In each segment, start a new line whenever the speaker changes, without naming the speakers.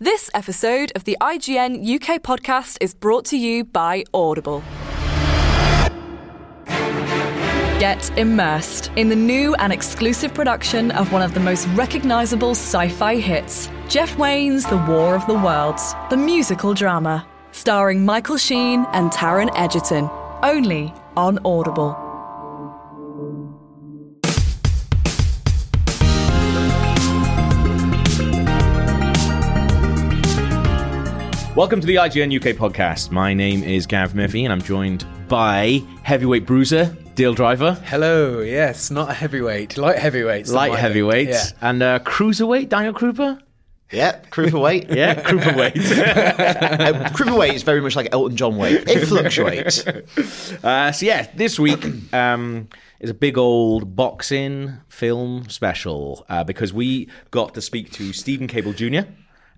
This episode of the IGN UK podcast is brought to you by Audible. Get immersed in the new and exclusive production of one of the most recognizable sci fi hits Jeff Wayne's The War of the Worlds, the musical drama, starring Michael Sheen and Taryn Edgerton, only on Audible.
Welcome to the IGN UK podcast. My name is Gav Murphy, and I'm joined by heavyweight bruiser, deal driver,
Hello, yes, not a heavyweight, light heavyweight.
light heavyweight,
Yeah.
and uh, cruiserweight, Daniel Krupa.
Yeah, Krupa weight.
Yeah, Kruperweight.
Uh, Krupa weight is very much like Elton John weight. It fluctuates.
uh, so yeah, this week um, is a big old boxing film special uh, because we got to speak to Stephen Cable Jr.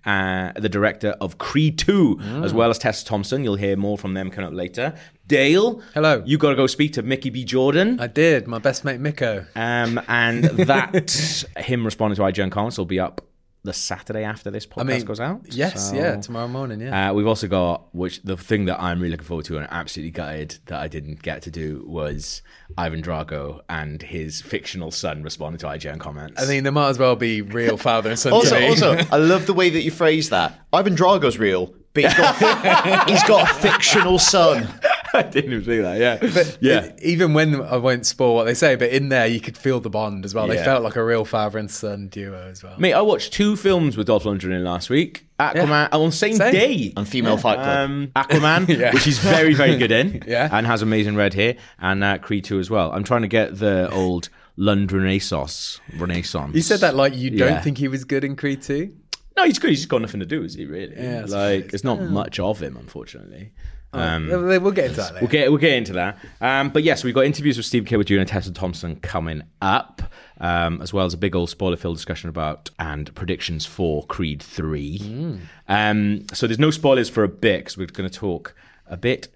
Uh, the director of Creed 2,
Mm.
as well as Tessa Thompson. You'll hear more from them coming up later. Dale.
Hello.
You got to go speak to Mickey B. Jordan.
I did, my best mate Miko.
Um, and that him responding to IGN comments will be up the Saturday after this podcast
I mean,
goes out.
Yes,
So,
yeah, tomorrow morning, yeah.
Uh, we've also got which the thing that I'm really looking forward to and absolutely gutted that I didn't get to do was Ivan Drago and his fictional son responding to IGN comments.
I mean, there might as well be real father and son.
Also,
to me. E-
also, I love the way that you phrase that. Ivan Drago's real, but he's got, he's got a fictional son.
I didn't even see that. Yeah, yeah.
E- even when I won't spoil what they say, but in there you could feel the bond as well. They
Yeah.
felt like a real father and son duo as well.
Mate, I watched two films with Dolph Lundgren in last week. Aquaman on the same,
Same.
day.
And female fight club.
um, Aquaman,
Yeah.
which he's very, very good in,
Yeah.
and has amazing red hair, and uh, Creed 2 as well. I'm trying to get the old Lund Renaissance. Renaissance.
You said that like you don't
Yeah.
think he was good in Creed 2?
No, he's good. He's just got nothing to do, is he, really?
Yeah, that's
like, there's not much of him, unfortunately. Um,
we'll get into that later.
We'll get, we'll get into that. Um, but yes, we've got interviews with Steve Cable Jr. and Tessa Thompson coming up, um, as well as a big old spoiler filled discussion about and predictions for Creed 3.
Mm.
Um, so there's no spoilers for a bit because we're going to talk a bit.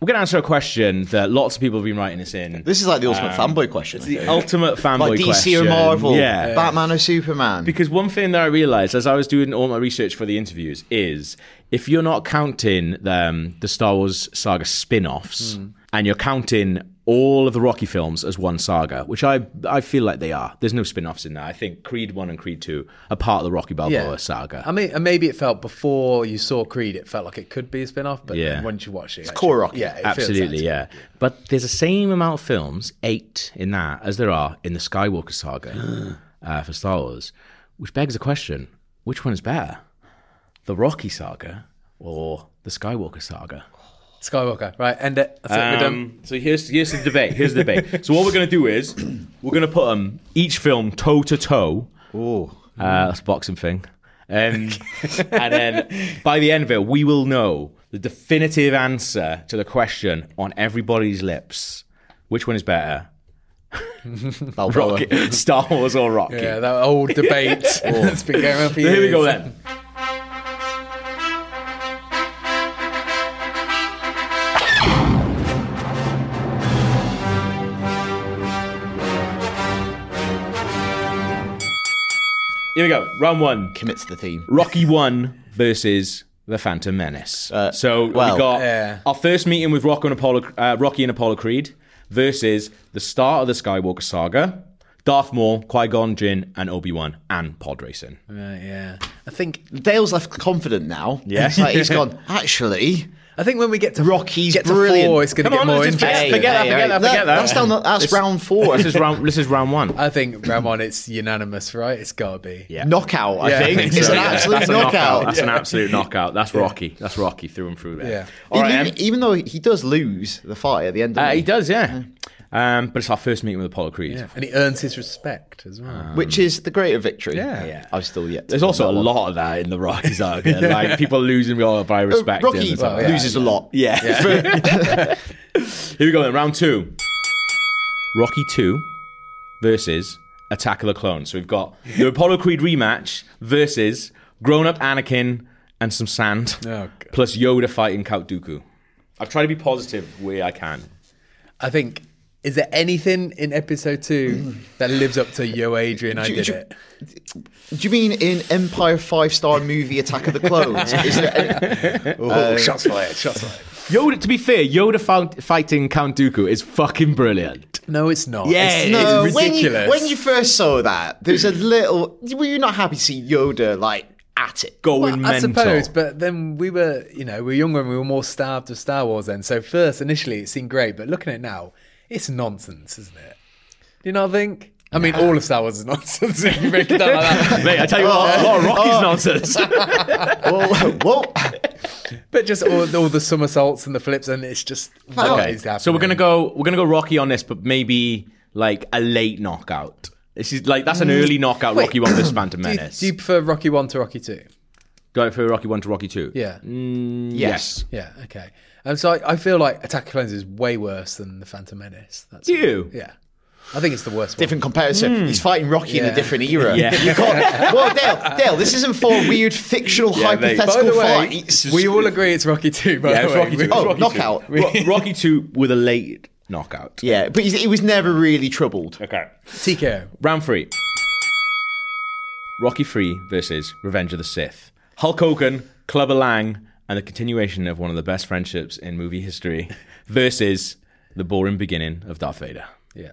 We're going to answer a question that lots of people have been writing us in.
This is like the ultimate fanboy question. I
um, the
think.
ultimate fanboy
like DC
question.
or Marvel,
Yeah.
Batman or Superman.
Because one thing that I realized as I was doing all my research for the interviews is if you're not counting um, the Star Wars saga spin offs and you're counting all of the Rocky films as one saga, which I, I feel like they are, there's no spin offs in that. I think Creed 1 and Creed 2 are part of the Rocky Balboa saga.
I mean, and maybe it felt before you saw Creed, it felt like it could be a spin off, but
Yeah.
then once you watch it, it's
core Rocky.
Yeah, it feels
Absolutely,
that.
yeah. But there's the same amount of films, eight in that, as there are in the Skywalker saga uh, for Star Wars, which begs the question which one is better? The Rocky saga or the Skywalker saga?
Skywalker, right? And uh, that's it, we're done.
Um, so here's here's the debate. Here's the debate. so what we're going to do is we're going to put 'em- each film toe to toe.
Ooh.
Uh, that's a boxing thing. Um, and then by the end of it, we will know the definitive answer to the question on everybody's lips. Which one is better?
Balboa.
Rocky, Star Wars or Rocky?
Yeah, that old debate that's been going on for years.
Here we go then. Here we go. Round one.
Commit to the theme.
Rocky One versus the Phantom Menace. so
well,
we got
yeah.
our first meeting with Rocky and, Apollo, uh, Rocky and Apollo Creed versus the start of the Skywalker saga, Darth Maul, Qui Gon Jinn, and Obi Wan, and Pod Racing.
Right, Uh, yeah. I think
Dale's left confident now. Yeah. It's like he's gone, actually.
I think when we get to
Rocky's
get to
brilliant.
four, it's going
Come
to get
on,
more
let's just
interesting.
forget- forget that, forget that, forget that.
That's, down the, that's round four.
This is round. This is round one.
I think round one, it's unanimous, right? It's got to be.
Yeah.
knockout, I
Yeah, I
think.
think
It's
So,
an
yeah,
absolute
that's a
knockout.
That's an absolute knockout. That's Rocky. That's Rocky through and through there.
Yeah.
All right.
even,
Em.
even though he does lose the fight at the end of
Uh,
it,
he does, yeah. Um, but it's our first meeting with Apollo Creed.
Yeah. And he earns his respect as well.
Ah.
which is the greater victory.
Yeah. Yeah.
I've still yet. to
There's also a
win that one.
lot of that in the Rocky saga. Like people losing real by respect.
Oh, Rocky
and stuff.
yeah.
loses a lot.
Yeah. Here we go then, round two. Rocky 2 versus Attack of the Clones. So we've got the Apollo Creed rematch versus grown up Anakin and some sand,
God.
plus Yoda fighting Count Dooku. I've tried to be positive where I can.
I think, is there anything in episode two that lives up to Yo Adrian, I
Do-
did
do-
it?
Do you mean in Empire five star movie Attack of the Clones? Is there,
Oh, shots fired, shots fired.
Yoda, to be fair, Yoda found, fighting Count Dooku is fucking brilliant.
No, it's not.
Yeah,
it's,
no,
it's
when you,
ridiculous.
when you first saw that, there's a little. Were you not happy to see Yoda like at it?
Going
I
mental.
suppose, but then we were, you know, we were younger and we were more starved of Star Wars then. So first, initially, it seemed great, but looking at it now, it's nonsense, isn't it? Do you not think? I mean, all of Star Wars is nonsense. if you break it down like that.
Mate, I tell you what, a lot of Rocky's nonsense.
Whoa, whoa.
But just all, all the somersaults and the flips, and Oh, it's just what
Okay,
is happening?
So we're gonna go. We're gonna go Rocky on this, but maybe like a late knockout. This is like that's an early knockout. Rocky one versus Phantom
Mm. Do you,
Menace.
do you prefer Rocky One to Rocky Two?
Go for Rocky one to Rocky two.
Yeah,
Mm.
Yes.
yeah, okay. Um, so I, I feel like Attack of Clones is way worse than the Phantom Menace. That's
Do you?
yeah. I think it's the worst
Different comparison. He's fighting Rocky in
Yeah.
a different era.
Yeah.
You can't. Well, Dale, Dale, this isn't for weird fictional
Yeah, mate.
one. By
hypothetical
the way,
fights.
we all agree it's Rocky Two. By
Yeah,
the
it's
way.
Rocky two. It's
Oh,
Rocky
knockout.
Two. Ro- Rocky two with a late knockout.
Yeah, but he he was never really troubled.
Okay.
TKO.
Round three. Rocky three versus Revenge of the Sith. Hulk Hogan, Clubber Lang, and the continuation of one of the best friendships in movie history versus the boring beginning of Darth Vader.
Yeah.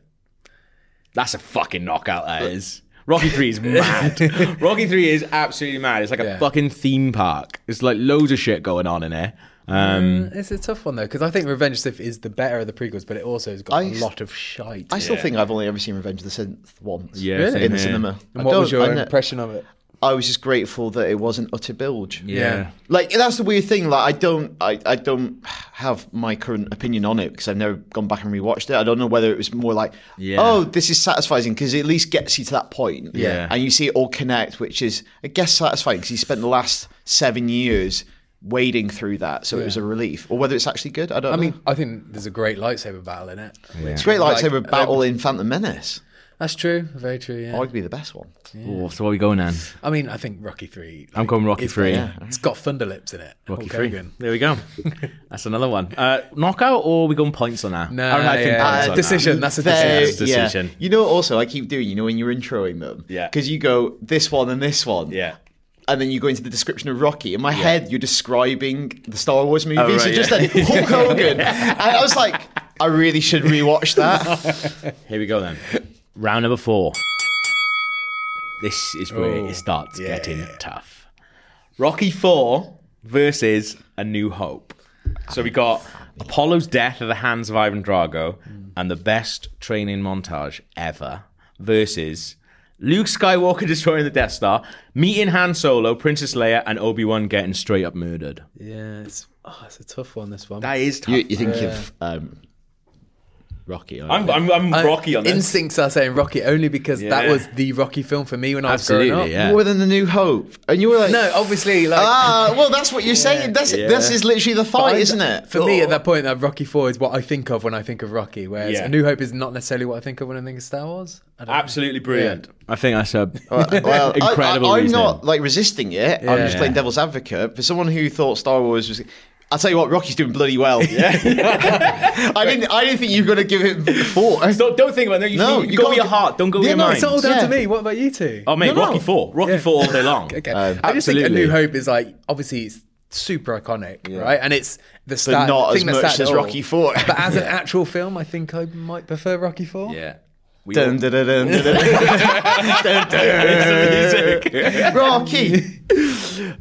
That's a fucking knockout, that is. Rocky 3 is mad. Rocky 3 is absolutely mad. It's like a
Yeah.
fucking theme park. It's like loads of shit going on in there. Um,
It's a tough one though, because I think Revenge of the Sith is the better of the prequels, but it also has got
I
a
s-
lot of shite.
I still think I've only ever seen Revenge of the Sith once.
Yeah, Really? same
in the
here.
cinema.
and
I
what was
don't-
your
I ne-
impression of it?
I was just grateful that it wasn't utter bilge.
yeah.
Like that's the weird thing. Like I don't, I, I don't have my current opinion on it because I've never gone back and rewatched it. I don't know whether it was more like,
Yeah.
oh, this is satisfying because it at least gets you to that point.
Yeah.
and you see it all connect, which is I guess satisfying because you spent the last seven years wading through that, so it was a relief. Or whether it's actually good, I don't.
I
know.
mean, I think there's a great lightsaber battle in it.
it's a great lightsaber
like,
battle in Phantom Menace.
That's true. Very true. Yeah.
Arguably the best one.
Oh, so where are we going then?
I mean, I think Rocky Three.
I'm going Rocky
it's
Three.
got- It's got thunder lips in it.
Rocky
Hulk
3.
Hogan.
There we go. That's another one. Uh, knockout or are we going points on that?
No,
I don't know, I think
yeah.
points
Uh,
on
decision.
that.
That's a
They-
decision.
yeah.
Decision.
You know, also I keep doing. You know, when you're introing them,
Yeah.
because you go this one and this one,
Yeah.
and then you go into the description of Rocky. In my head, you're describing the Star Wars movie,
right,
so just
yeah.
like Hulk Hogan. and I was like, I really should rewatch that.
Here we go then. Round number four. This is where
Oh,
it starts getting tough. Rocky Four versus A New Hope. So we got Apollo's death at the hands of Ivan Drago and the best training montage ever versus Luke Skywalker destroying the Death Star, meeting Han Solo, Princess Leia, and Obi Wan getting straight up murdered.
Yeah, it's oh, it's a tough one. This one.
That is tough.
you, you think of um,
Rocky. I
I'm, I'm, I'm
I-
rocky on this.
Instincts are saying Rocky only because that
Yeah.
was the Rocky film for me when I was growing up.
Absolutely, yeah.
More than the New Hope, and you were like,
No, obviously, like
Ah, well, that's what you're saying. That's this
Yeah.
is literally the
But
fight,
I-
isn't it? Oh.
For me, at that point, that Rocky Four is what I think of when I think of Rocky, whereas
Yeah.
A New Hope is not necessarily what I think of when I think of Star Wars. I don't know.
Absolutely brilliant.
I think that's a
well,
incredible
I, I, I'm
reasoning.
not like resisting it. I'm just playing devil's advocate. For someone who thought Star Wars was, I'll tell you what, Rocky's doing bloody well. I didn't. I didn't think you were going to give him thought.
So don't think about it. You,
No,
you,
you
go
can't-
with your heart. Don't go with
Yeah,
your
no,
mind.
It's all down to
Yeah.
me. What about you two?
Oh mate,
No, no.
Rocky Four, Rocky Four all day long.
Okay.
Um,
I just think A
absolutely.
New Hope is like obviously it's super iconic, right? And it's the
But
start,
not
thing
as
that
much
started
as
it all.
Rocky Four.
But as an actual film, I think I might prefer Rocky Four.
Yeah. We
Dun, dun, dun, dun, dun, dun. Dun, dun. Rocky.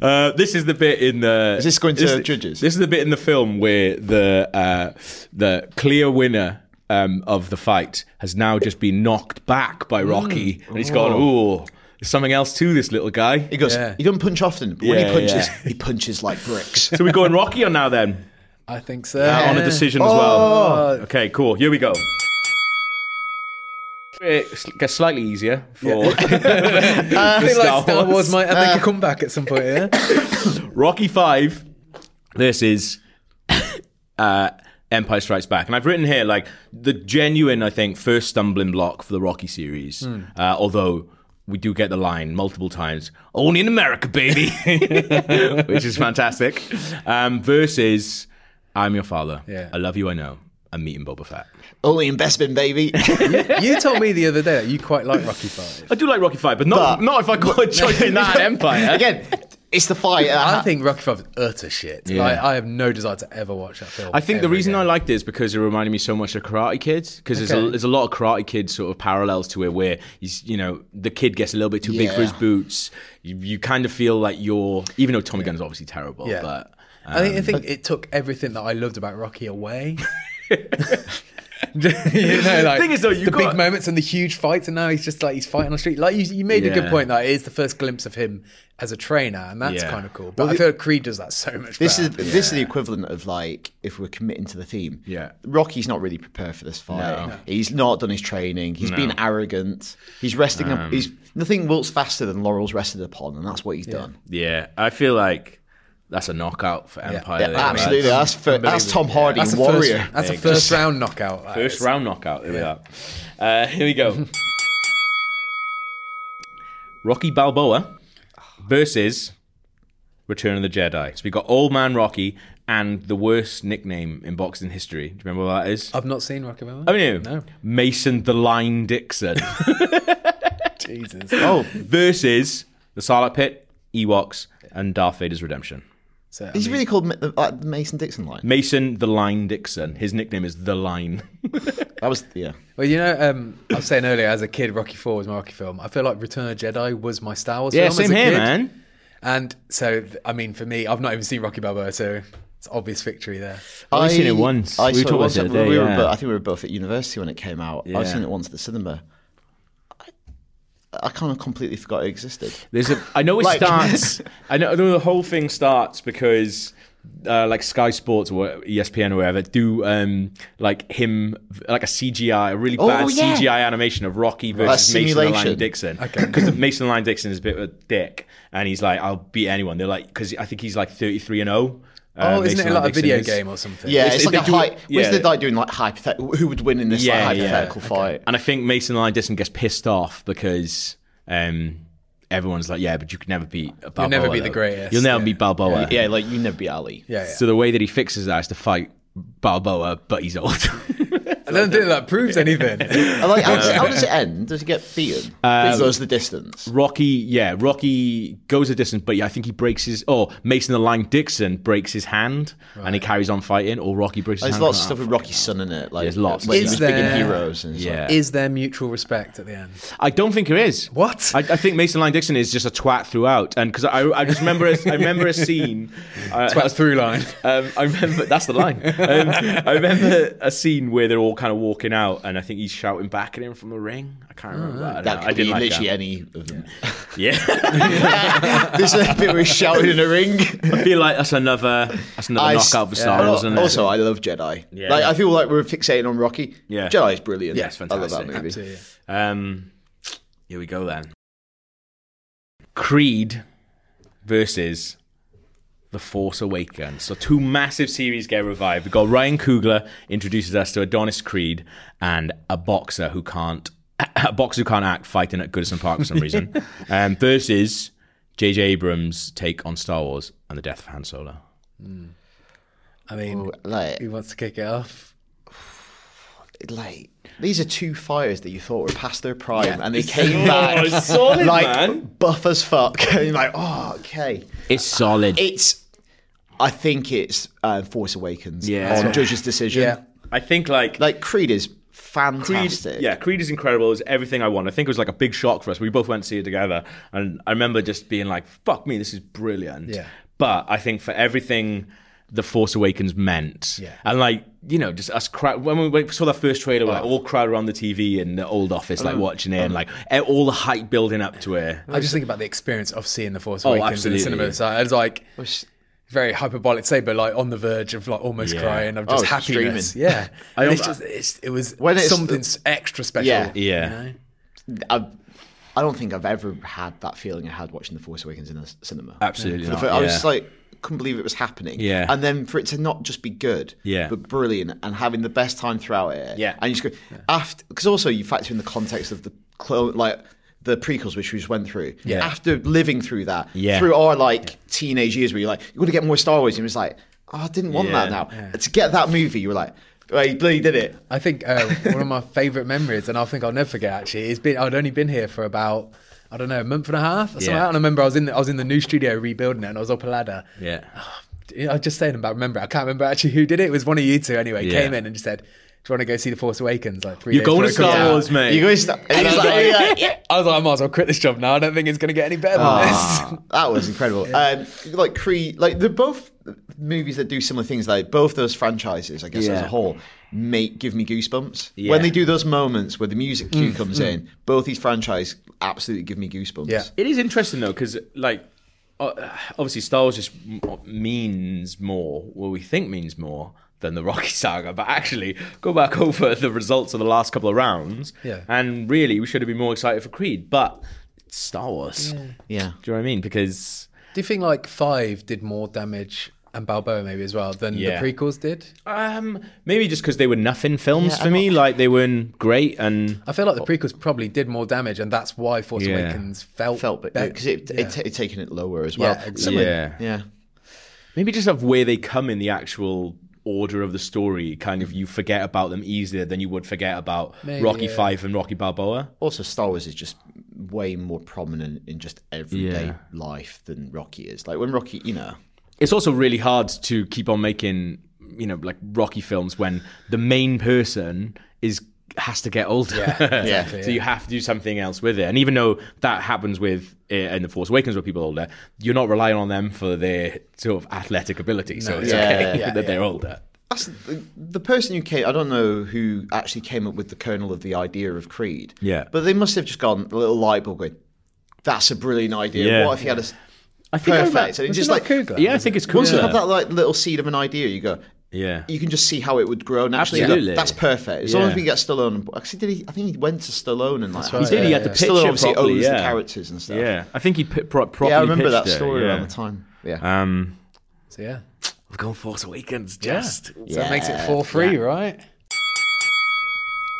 Uh, this is the bit in the. Is
this going to judges?
This is the bit in the film where the uh, the clear winner um, of the fight has now just been knocked back by Rocky,
Mm.
and he's
Oh.
gone. Ooh, there's something else to this little guy.
He goes.
Yeah.
He doesn't punch often, but when
Yeah,
he punches,
yeah.
he punches like bricks.
So we're going Rocky on now then
I think so.
Uh, on a decision as well. Okay, cool. Here we go. It gets slightly easier for
I think
Star
like Star
Wars.
Wars might make a comeback at some point. Yeah.
Rocky Five. This is uh, Empire Strikes Back, and I've written here like the genuine, I think, first stumbling block for the Rocky series. Uh, although we do get the line multiple times, "Only in America, baby," which is fantastic. Um, versus, "I'm your father.
Yeah.
I love you. I know." I'm meeting Boba Fett.
Only in Bespin, baby.
you told me the other day that you quite like Rocky Five.
I do like Rocky Five, but not
But-
not if I got a choice in that Empire.
Again, it's the fight.
I
Uh,
think Rocky Five is utter shit.
Yeah.
Like, I have no desire to ever watch that film.
I think the
ever
reason
again.
I liked it is because it reminded me so much of Karate Kid. Because there's, a,
Okay.
there's a lot of Karate Kid sort of parallels to it, where he's, you know the kid gets a little bit too big for his
Yeah.
boots. You, you kind of feel like you're, even though Tommy Gunn's obviously terrible,
Yeah.
Um, but
I think, I think it took everything that I loved about Rocky away. you know, like
Thing is, though, you
the
got-
big moments and the huge fights, and now he's just like he's fighting on the street. Like you, you made a good
Yeah.
point that it is the first glimpse of him as a trainer, and that's
Yeah.
kind of cool. But I feel Creed does that so much.
this is
better.
this is the equivalent of like if we're committing to the theme.
Yeah.
Rocky's not really prepared for this fight. He's not done his training. He's been arrogant. He's resting.
Um,
up, he's nothing wilts faster than laurels rested upon, and that's what he's done.
yeah, I feel like that's a knockout for Empire.
Yeah,
there, right?
Absolutely, that's fir- that's Tom Hardy
that's a
warrior.
first, that's a first round knockout. like,
First
it's-
round knockout. There we are. Uh, here we go. Rocky Balboa versus Return of the Jedi. So we got Old Man Rocky and the worst nickname in boxing history. Do you remember what that is?
I've not seen Rocky Balboa.
Oh no.
no,
Mason the Line Dixon
Jesus.
Oh,
versus the Sarlacc Pit, Ewoks, and Darth Vader's Redemption.
So, I
he's
mean,
really called Ma- the- like the Mason Dixon line.
Mason the Line Dixon. His nickname is the Line.
That was yeah.
Well, you know, um, I was saying earlier, as a kid, Rocky Four was my Rocky film. I feel like Return of the Jedi was my Star Wars.
yeah,
film as
same
a
here,
kid.
man.
And so, th- I mean, for me, I've not even seen Rocky Balboa, so it's obvious victory there.
I've seen it once.
I
We talked
saw it
about
once.
it the other day,
we were,
yeah.
bo- I think we were both at university when it came out.
Yeah.
I've seen it once at the cinema. I, I kind of completely forgot it existed.
There's a. I know it
Like-
starts. I know, I know the whole thing starts because. Uh, like Sky Sports or E ESPN or whatever, do um, like him, like a CGI, a really
Oh,
bad
yeah.
CGI animation of Rocky versus Mason the Lion
simulation.
Dixon. Because Mason the Lion Dixon is a bit of a dick and he's like, I'll beat anyone. They're like, because I think he's like 33 and 0.
Uh,
oh, isn't it like a video game or something?
Yeah,
It's-
it's,
it-
like
they
a
do
hype.
it-
Yeah.
yeah.
they like doing like hypothetical? Who would win in this
Yeah,
like,
yeah.
hypothetical fight?
And I think Mason the Lion Dixon gets pissed off because um, everyone's like, yeah, but you can never beat a Balboa.
never be
though.
the greatest."
You'll never
Yeah.
beat Balboa.
Yeah, like you never be Ali.
Yeah, yeah.
So the way that he fixes that is to fight Balboa, but he's old.
I don't think that proves anything.
And, like, how, does, how does it end? Does he get
Um,
beaten? Because goes the distance.
Rocky, yeah, Rocky goes a distance, but yeah, I think he breaks his. Oh, Mason the Lion Dixon breaks his hand, and he carries on fighting. Or Rocky breaks his
There's
hand.
lots of
I
stuff
can't-
with Rocky's son in it. Like
There's lots.
Like,
Is
he's big in
there-
heroes. And it's like-
Yeah,
Is there mutual respect at the end?
I don't think there is.
What?
I, I think Mason Line Dixon is just a twat throughout, and because I, I just remember, a, I remember a scene. uh,
That's through line.
Um, I remember that's the line. Um, I remember a scene where they're all kind of walking out, and I think he's shouting back at him from the ring. I can't remember. I, don't
Mm-hmm. That
know. I
could be
didn't like
literally
that.
any of them.
Yeah,
There's a bit where he's shouting in a ring.
I feel like that's another that's another
I s-
knockout for Star Wars.
Al-
isn't it?
also, I love Jedi.
Yeah.
Like I feel like we're fixating on Rocky.
Yeah.
Jedi is brilliant.
Yeah, it's
I love
fantastic.
that movie.
Absolutely.
Um, here we go then. Creed versus The Force Awakens. So two massive series get revived. We've got Ryan Coogler introduces us to Adonis Creed and a boxer who can't a boxer who can't act fighting at Goodison Park for some reason. um, versus J.J. Abrams' take on Star Wars and the death of Han Solo.
I mean,
Ooh, Like,
who wants to kick it off?
like these are two fighters that you thought were past their prime, and they came back like buff as fuck. And you're like, oh, okay.
It's solid.
It's, I think it's uh, Force Awakens
Yeah.
on Judge's decision.
Yeah.
I think like
Like Creed is
Creed,
fantastic.
yeah, Creed is incredible. It was everything I wanted. I think it was like a big shock for us. We both went to see it together, and I remember just being like, "Fuck me, this is brilliant."
Yeah.
But I think for everything, The Force Awakens meant,
Yeah.
and like you know, just us crowd when we- we saw that first trailer, we're like
Oh.
all crowd around the TV in the old office, like watching it, and like e- all the hype building up to it.
I just think about the experience of seeing The Force
Oh,
Awakens in the
absolutely,
cinema.
yeah.
So I was like,
Which-
very hyperbolic, to say, but like on the verge of like almost
Yeah.
crying, of
Oh,
just
it's
happiness.
streaming.
Yeah.
I
And it's
don't-
just, it's, it was
When it's
something
the-
s- extra special.
Yeah.
Yeah.
I've, I don't think I've ever had that feeling I had watching The Force Awakens in the s- cinema.
Absolutely
For the
not,
fir- I was
yeah.
just like, couldn't believe it was happening.
Yeah.
And then for it to not just be good,
Yeah.
but brilliant and having the best time throughout it.
Yeah.
And you just go, after, because also you factor in the context of the, clo- like, the prequels which we just went through.
Yeah.
After living through that,
Yeah.
through our like teenage years where you're like, you want to get more Star Wars. And it was like, oh, I didn't want
Yeah.
that now. To get that movie, you were like, well, he bloody did it.
I think uh, one of my favourite memories, and I think I'll never forget actually, is been I'd only been here for about I don't know a month and a half. Or something.
Yeah.
And I remember I was in the, I was in the new studio rebuilding it, and I was up a ladder.
Yeah.
I was just saying about remember I can't remember actually who did it. It was one of you two anyway.
Yeah.
Came in and just said, "Do you want to go see the Force Awakens?" Like three.
You're
days
going to
before it comes
Star
out?"
Wars, mate.
You go, st-
And I was, like, I was like, I might as well quit this job now. I don't think it's going to get any better than
Ah.
this.
That was incredible. Um, like Creed, like they're both movies that do similar things. Like both those franchises, I guess as a
Yeah.
whole, make give me goosebumps
Yeah.
when they do those moments where the music cue comes in. Both these franchises absolutely give me goosebumps.
Yeah.
It is interesting though, because like uh, obviously Star Wars just m- means more, what we think means more than the Rocky saga. But actually, go back over the results of the last couple of rounds,
Yeah.
and really we should have been more excited for Creed, but it's Star Wars.
yeah.
Do you know what I mean? Because
Do you think like five did more damage and Balboa maybe as well than
Yeah.
the prequels did?
um, maybe just because they were nothing films
Yeah,
for
I'm
me, like they weren't great, and
I feel like the prequels probably did more damage, and that's why Force
Yeah.
Awakens felt
Felt but
better.
because it,
Yeah.
it, t- it taken it lower as well.
Yeah,
Yeah,
exactly.
Yeah. maybe just of where they come in the actual order of the story kind of you forget about them easier than you would forget about
Maybe,
rocky
yeah.
five and rocky balboa
Also, Star Wars is just way more prominent in just everyday
Yeah.
life than Rocky is. Like when Rocky, you know,
it's also really hard to keep on making you know like rocky films when the main person is has to get older
exactly,
so you have to do something else with it and even though that happens with uh, in the force awakens where people are older you're not relying on them for their sort of athletic ability so it's
Yeah,
okay
yeah,
that they're older
That's the, the person who came. I don't know who actually came up with the kernel of the idea of Creed.
Yeah.
but they must have just gone a little light bulb going, "That's a brilliant idea."
Yeah.
What if you had a s-
i think
Perfect.
I-
So it's
Was
just
it not
like-
Cougar?
yeah i think it's cool
once you have that like little seed of an idea? You go,
yeah
you can just see how it would grow naturally. You go,
Absolutely.
that's perfect. As long
Yeah.
as we get Stallone, on board. actually, did he? I think he went to Stallone and like
right, He did, he had yeah, to
yeah. pitch
Stallone
it
obviously
properly,
owns the
yeah.
characters and stuff.
yeah i think he put pro- properly
yeah. I remember that
pitched it,
story
yeah.
around the time. Yeah,
um
So yeah,
we're going force awakens
Yeah.
just
so it makes it four three, right?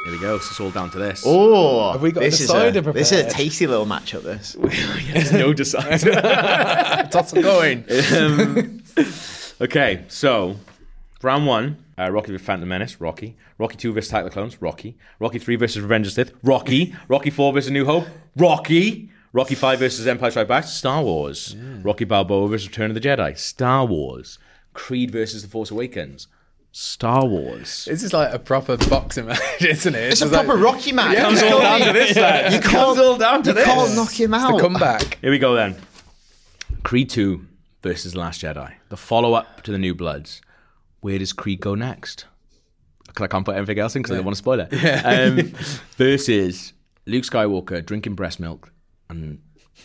there we go so it's all down to this
Oh,
Have we got a
this, is
decider
a, this is a
prepared?
tasty little matchup. This
There's no decider
Toss and going.
Um, okay, so round one. Uh, Rocky vs. Phantom Menace, Rocky. Rocky 2 vs. Attack of the Clones, Rocky. Rocky 3 vs. Revenge of the Sith, Rocky. Rocky 4 vs. New Hope, Rocky. Rocky 5 vs. Empire Strikes Back, Star Wars. Rocky Balboa vs. Return of the Jedi, Star Wars. Creed vs. The Force Awakens, Star Wars.
This is like a proper boxing match, isn't it?
It's a
just
proper
like,
Rocky match.
Yeah, comes
You
all
can't-
down to this, lads.
You
Comes
can't,
all down to
you
this.
can't knock him out.
the comeback.
Here we go then. Creed 2 versus Last Jedi, the follow up to the New Bloods. Where does Creed go next? because I can't put anything else in because I don't want to spoil it. Um, versus Luke Skywalker drinking breast milk and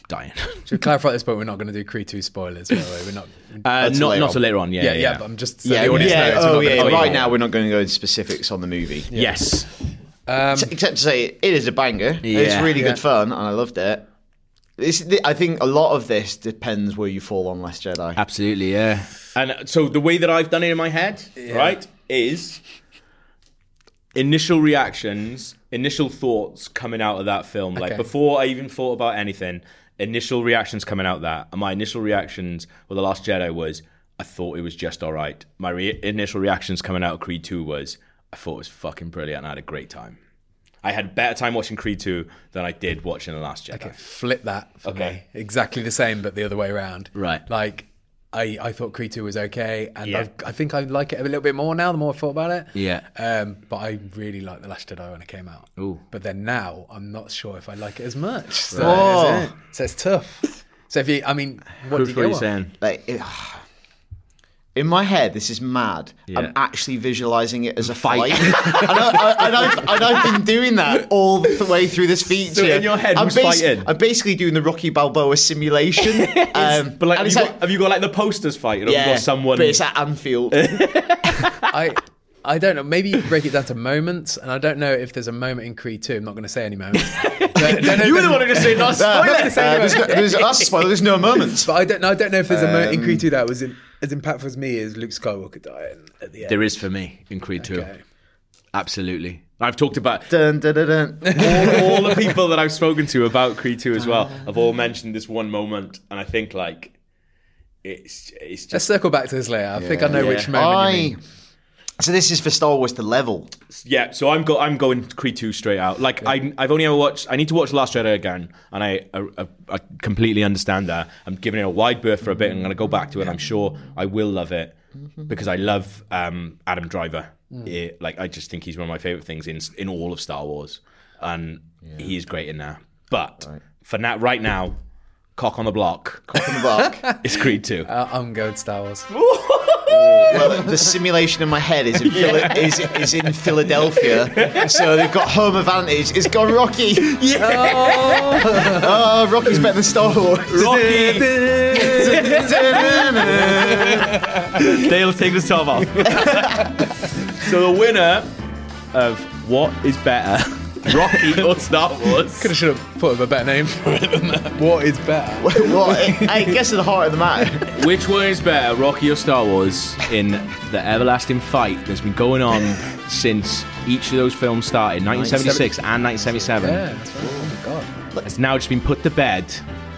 dying.
To clarify at this point, we're not going to do Creed 2 spoilers, by the way. We're not.
Uh,
That's
not
later
not
on.
till later on. Yeah,
yeah,
yeah.
yeah, but I'm just. So
yeah,
the audience
yeah,
knows we're
oh,
not gonna
yeah.
do it.
Right
yeah.
now, we're not going to go into specifics on the movie,
Yes.
T- except to say it is a banger. It's
Yeah.
really
Yeah.
good fun, and I loved it. It's, I think a lot of this depends where you fall on Last Jedi.
Absolutely, yeah. And so the way that I've done it in my head, right, is initial reactions, initial thoughts coming out of that film. Like
Okay.
before I even thought about anything, initial reactions coming out of that. And my initial reactions with The Last Jedi was, I thought it was just all right. My re- initial reactions coming out of Creed 2 was, I thought it was fucking brilliant and I had a great time. I had a better time watching Creed 2 than I did watching The Last Jedi.
Flip that for
Okay.
me. Exactly the same, but the other way around.
Right.
Like, I, I thought Creed 2 was okay, and
Yeah.
I've, I think I like it a little bit more now, the more I thought about it.
Yeah.
Um, but I really liked The Last Jedi when it came out.
Ooh.
But then now, I'm not sure if I like it as much. So,
Right.
it's- so it's tough. So if you, I mean, what
Proof
do you
what
go
you're
on?
saying.
Like, it- in my head, this is mad.
Yeah.
I'm actually visualizing it as a fight, and, I, I, and, I've, and I've been doing that all the way through this feature.
in your head,
I'm,
who's fighting?
I'm basically doing the Rocky Balboa simulation. um,
But like, have
and
you,
it's
got, have you got like the posters fighting, or have you got someone?
But it's at Anfield. Uh,
I I don't know. Maybe you break it down to moments, and I don't know if there's a moment in Creed 2. I'm not going to say any moments. But, no, no,
you were the
no,
one who just said not
Uh,
spoil it.
uh, there's no, there's, that's a spoiler. There's no moments.
but I don't know. I don't know if there's a moment in
Um,
Creed 2 that was in, as impactful as me as Luke Skywalker dying at the end.
There is for me in Creed 2.
Okay.
Absolutely. I've talked about
Dun, dun, dun, dun.
all, all the people that I've spoken to about Creed 2 as well have all mentioned this one moment, and I think like it's it's
Let's
just
circle back to this later. I think I know which moment. you mean.
I. So this is for Star Wars to level.
yeah. So I'm go I'm going Creed 2 straight out. Like I I've only ever watched I need to watch Last Jedi again, and I I, I, I completely understand that. I'm giving it a wide berth for a bit. and I'm going to go back to it. and I'm sure I will love it because I love um, Adam Driver. Yeah, like I just think he's one of my favorite things in in all of Star Wars, and he is great in that. But for now, right now, cock on the block.
From the block.
It's Creed 2.
I- Uh, I'm going Star Wars.
well, the simulation in my head is in, Phila- is, is in Philadelphia, so they've got home advantage. It's gone Rocky. Yeah. Oh, Rocky's better than Star Wars.
Rocky, Dale, take the top off. so the winner of what is better, Rocky or Star Wars?
Could have should have put up a better name for it than that. What is better?
well, I- I guess at the heart of the matter.
Which one is better, Rocky or Star Wars, in the everlasting fight that's been going on since each of those films started, 1976 and 1977?
Yeah, that's right. Oh my god.
It's now just been put to bed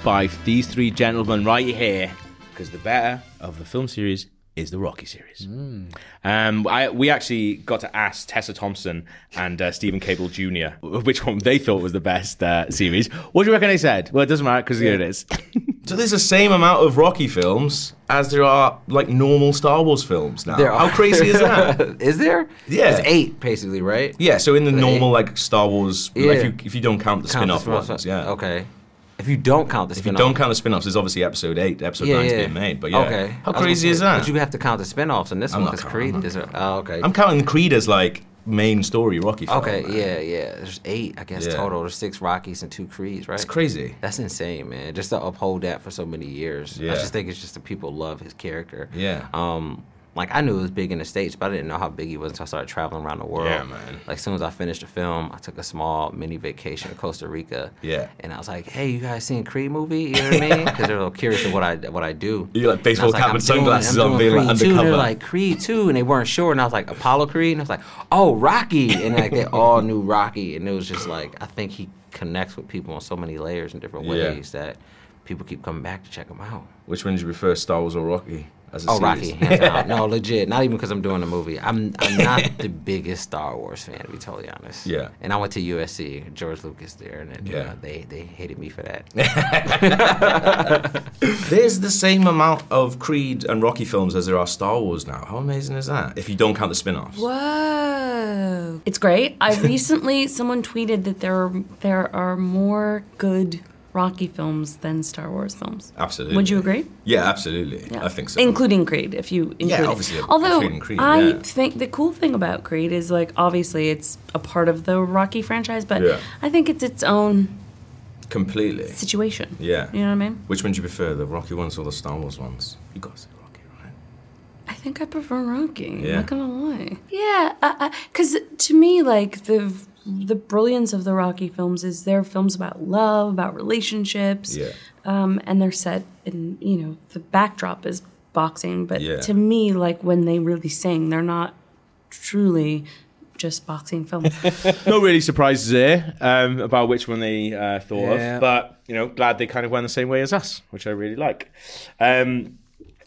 by these three gentlemen right here because the better of the film series is the Rocky series.
Hmm.
Um, I, we actually got to ask Tessa Thompson and uh, Stephen Cable Jr. which one they thought was the best uh, series. What do you reckon they said? Well, it doesn't matter because here it is.
So there's the same amount of Rocky films as there are like normal Star Wars films now.
There
How
are-
crazy is that?
Oh. is there?
Yeah.
It's eight, basically, right?
yeah, so in the normal like Star Wars,
Yeah.
if you if you don't count the
Count the uh,
spin-off ones, yeah.
Okay. If you don't count the
If you
spin-off.
don't count the spin-offs, there's obviously episode eight, episode
yeah,
nine's
yeah.
being made. But yeah,
Okay. I
how
was gonna
crazy is
say,
that?
But you have to count the spin-offs in this
I'm
one
not
because
counting-
Creed
I'm not
is. a- Oh, okay.
I'm counting Creed as like main story Rocky film.
okay.
man.
Yeah. Yeah. There's eight, I guess
Yeah.
total. There's six Rockies and two Creeds, right?
it's crazy.
That's insane, man. Just to uphold that for so many years.
Yeah.
I just think it's just the people love his character.
Yeah.
Um, like I knew it was big in the states, but I didn't know how big he was until I started traveling around the world.
Yeah, man.
Like as soon as I finished the film, I took a small mini vacation to Costa Rica.
Yeah.
And I was like, "Hey, you guys seen Creed movie? You know what I mean? Because they're all curious of what I what I do.
You like baseball
I was
cap
I'm
and
doing-
sunglasses
I'm
on, being like
doing Creed two. They're
undercover.
like Creed two, and they weren't sure. And I was like Apollo Creed, and I was like, oh Rocky, and like they all knew Rocky, and it was just like I think he connects with people on so many layers and different
Yeah.
ways that people keep coming back to check him out.
Which one do you prefer, Star Wars or Rocky? As a
Oh,
series?
Rocky. hands down. no, legit. Not even because I'm doing a movie. I'm I'm not the biggest Star Wars fan, to be totally honest.
Yeah.
And I went to USC, George Lucas there, and it,
Yeah.
uh, they they hated me for that.
There's the same amount of Creed and Rocky films as there are Star Wars now. How amazing is that? If you don't count the spin-offs.
Whoa. It's great. I recently someone tweeted that there there are more good
Rocky films than Star Wars films.
Absolutely.
Would you agree?
Yeah, absolutely.
Yeah.
I think so.
Including Creed, if you include it.
obviously,
Although
including Creed,
I
yeah.
think the cool thing about Creed is like obviously it's a part of the Rocky franchise, but
Yeah.
I think it's its own
Completely.
situation.
Yeah.
You know what I mean?
Which one do you prefer, the Rocky ones or the Star Wars ones? You got to say Rocky.
I think I prefer Rocky.
Yeah.
Mm, Not gonna lie. Yeah, because to me, like the the brilliance of the Rocky films is they're films about love, about relationships,
Yeah.
um, and they're set in you know the backdrop is boxing. But
Yeah.
to me, like when they really sing, they're not truly just boxing films.
no really surprises there um, about which one they uh, thought
Yeah.
of, but you know, glad they kind of went the same way as us, which I really like. Um,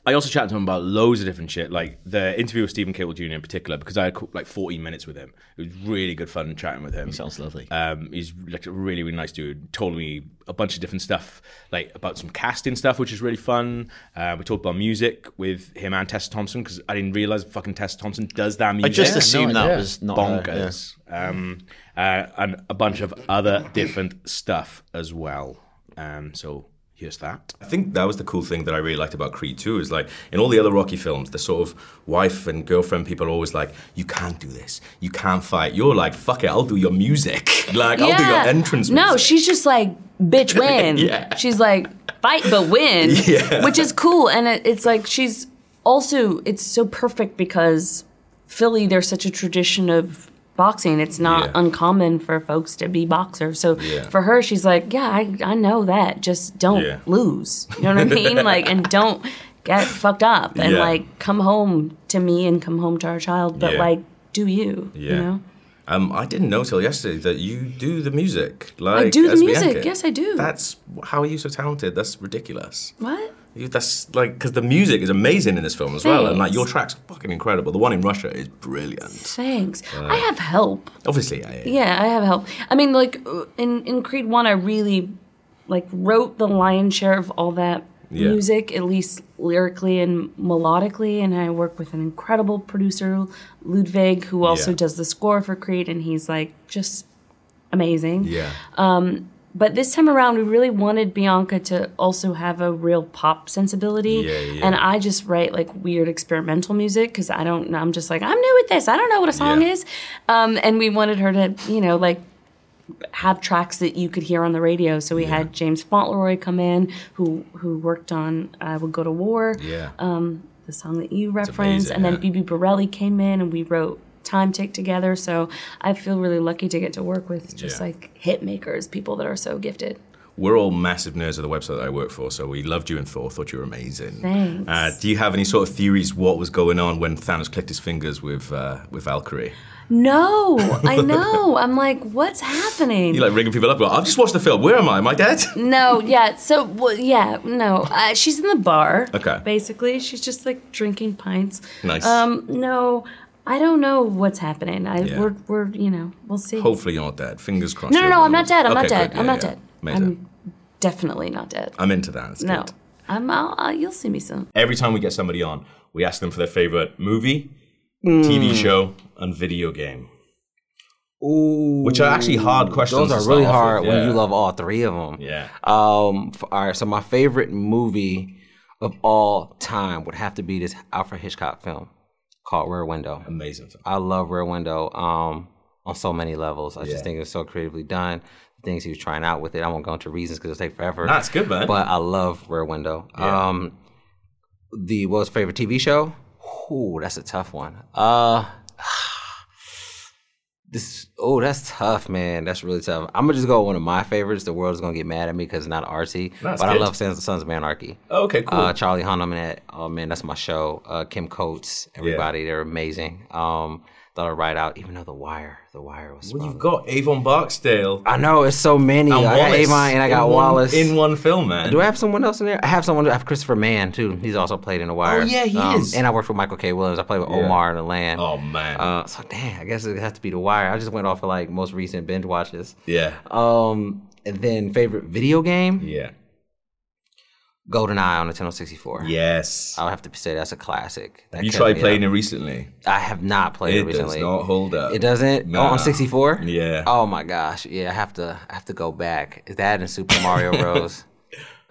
I also chatted to him about loads of different shit, like the interview with Stephen Cable Jr. in particular, because I had co- like 14 minutes with him. It was really good fun chatting with him. He sounds lovely. Um, he's like a really, really nice dude. Told me a bunch of different stuff, like about some casting stuff, which is really fun. Uh, we talked about music with him and Tessa Thompson, because I didn't realize fucking Tessa Thompson does that
I
music.
just assumed that was not her,
bonkers um, uh, and a bunch of other different stuff as well. Um, so here's that.
I think that was the cool thing that I really liked about Creed 2 is like in all the other Rocky films, the sort of wife and girlfriend people are always like, you can't do this, you can't fight. You're like, fuck it, I'll do your music. like, I'll do your entrance
No,
music.
she's just like bitch win.
Yeah.
She's like fight but win,
Yeah.
which is cool. And it, it's like she's also it's so perfect because Philly there's such a tradition of boxing. It's not
Yeah.
uncommon for folks to be boxers. So
Yeah.
for her, she's like, yeah, I I know that. Just don't
Yeah.
lose. You know what I mean? like and don't get fucked up and
Yeah.
like come home to me and come home to our child. But
Yeah.
like do you? You
Yeah.
know?
Um, I didn't know till yesterday that you do the music. Like,
I do the
as
music.
Bianca.
Yes, I do.
That's how are you so talented? That's ridiculous.
what.
You- That's like because the music is amazing in this film as well, and like your
Thanks.
tracks are fucking incredible. The one in Russia is brilliant.
Thanks.
Uh,
I have help.
Obviously, I,
Yeah, I have help. I mean, like uh, in in Creed One, I really like wrote the lion's share of all that
Yeah.
music, at least lyrically and melodically. And I work with an incredible producer, Ludwig, who also
Yeah.
does the score for Creed, and he's like just amazing.
Yeah.
Um, but this time around, we really wanted Bianca to also have a real pop sensibility.
Yeah, yeah.
And I just write like weird experimental music because I don't know. I'm just like, I'm new at this. I don't know what a song
Yeah.
is. Um, and we wanted her to, you know, like have tracks that you could hear on the radio. So we had James Fauntleroy come in, who who worked on "I Will Go to War,"
Yeah.
um, the song that you referenced,
amazing,
and then
yeah.
BB Borelli came in, and we wrote "Time Tick" together. So I feel really lucky to get to work with just
Yeah.
like hit makers, people that are so gifted.
we're all massive nerds of the website that I work for, so we loved you and Thor, thought you were amazing.
Thanks.
Uh, do you have any sort of theories what was going on when Thanos clicked his fingers with uh, with Valkyrie?
No, I know. I'm like, what's happening?
You like ringing people up? Well, I've just watched the film. Where am I? Am I dead?
no, yeah. So, well, yeah, no. Uh, she's in the bar.
Okay.
Basically, she's just like drinking pints.
Nice.
Um, no, I don't know what's happening. I
Yeah.
we're we're you know we'll see.
Hopefully you're not dead. Fingers crossed.
No, no,
you're
no.
one
I'm
of
not
those.
dead. I'm not
Okay,
dead.
good.
I'm
Yeah,
not
yeah.
dead.
Amazing.
I'm definitely not dead.
I'm into that. It's
no,
good.
I'm. I'll, I'll, you'll see me soon.
Every time we get somebody on, we ask them for their favorite movie,
Mm.
TV show, and video game.
Ooh,
Which are actually hard questions
Those
to
are
start
really
off
hard
with,
when you
yeah.
love all three of them.
Yeah.
Um. f- all right. So my favorite movie of all time would have to be this Alfred Hitchcock film called Rear Window.
Amazing. Film.
I love Rear Window. Um. On so many levels, I
Yeah.
just think it was so creatively done. The things he was trying out with it. I won't go into reasons because it'll take forever.
Nah, it's good, man.
But I love Rear Window.
Yeah.
Um. The what was favorite TV show? Ooh, that's a tough one. Uh. This oh that's tough man that's really tough. I'm gonna just go with one of my favorites. The world's gonna get mad at me because it's not artsy,
That's
but I
good.
love Sons, Sons of Anarchy.
Oh, okay, cool.
Uh, Charlie Hunnam and oh man that's my show. Uh, Kim Coates, everybody they're amazing. Um, thought I'd write out even though The Wire, The Wire was.
Well, you've got Avon Barksdale.
I know it's so many.
And
I got
Wallace
Avon and I
in
got
one-
Wallace
in one film, man.
Do I have someone else in there? I have someone. I have Christopher Mann too. He's also played in The Wire.
Oh,
Um,
yeah, he is.
And I worked with Michael K. Williams. I played with
Yeah.
Omar in The Land.
Oh man.
Uh, so damn, I guess it has to be The Wire. I just went off of like most recent binge watches.
Yeah.
Um, and then favorite video game.
Yeah.
Golden Eye on Nintendo 64.
Yes.
I would have to say that's a classic. That
Have you
kept
tried
me
playing
up.
it recently?
I have not played it,
It does
recently.
not hold up.
It doesn't. Oh,
Nah.
on 64.
Yeah.
Oh my gosh. Yeah, I have to. I have to go back. Is that in Super Mario Bros?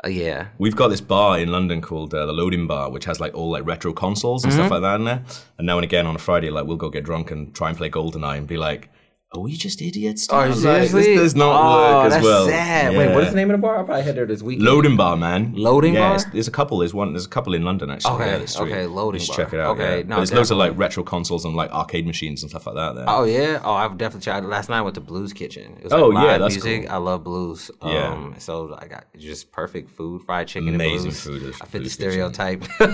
Uh, yeah.
We've got this bar in London called uh, the Loading Bar, which has like all like retro consoles and
Mhm.
stuff like that in there. And now and again on a Friday, like we'll go get drunk and try and play GoldenEye and be like, "Are we just idiots?"
Oh,
Like, this
seriously?
does not
Oh,
work as
that's
well.
sad. Wait, what is the
Yeah.
name of the bar? I probably head there this weekend.
Loading Bar, man.
Loading
yeah,
Bar?
it's- There's a couple. There's one. There's a couple in London actually.
Okay,
down the street.
okay, Loading
You should
Bar.
check it out.
Okay,
yeah.
no,
But there's loads of
definitely.
like retro consoles and like arcade machines and stuff like that there.
Oh yeah. Oh, I've definitely tried. Last night I went to Blues Kitchen. It was
Oh,
like
yeah,
live
that's
music.
cool.
I love blues. Um,
Yeah.
So I got just perfect food, fried chicken,
Amazing
and blues.
food at
I fit the
Blues
stereotype. Oh,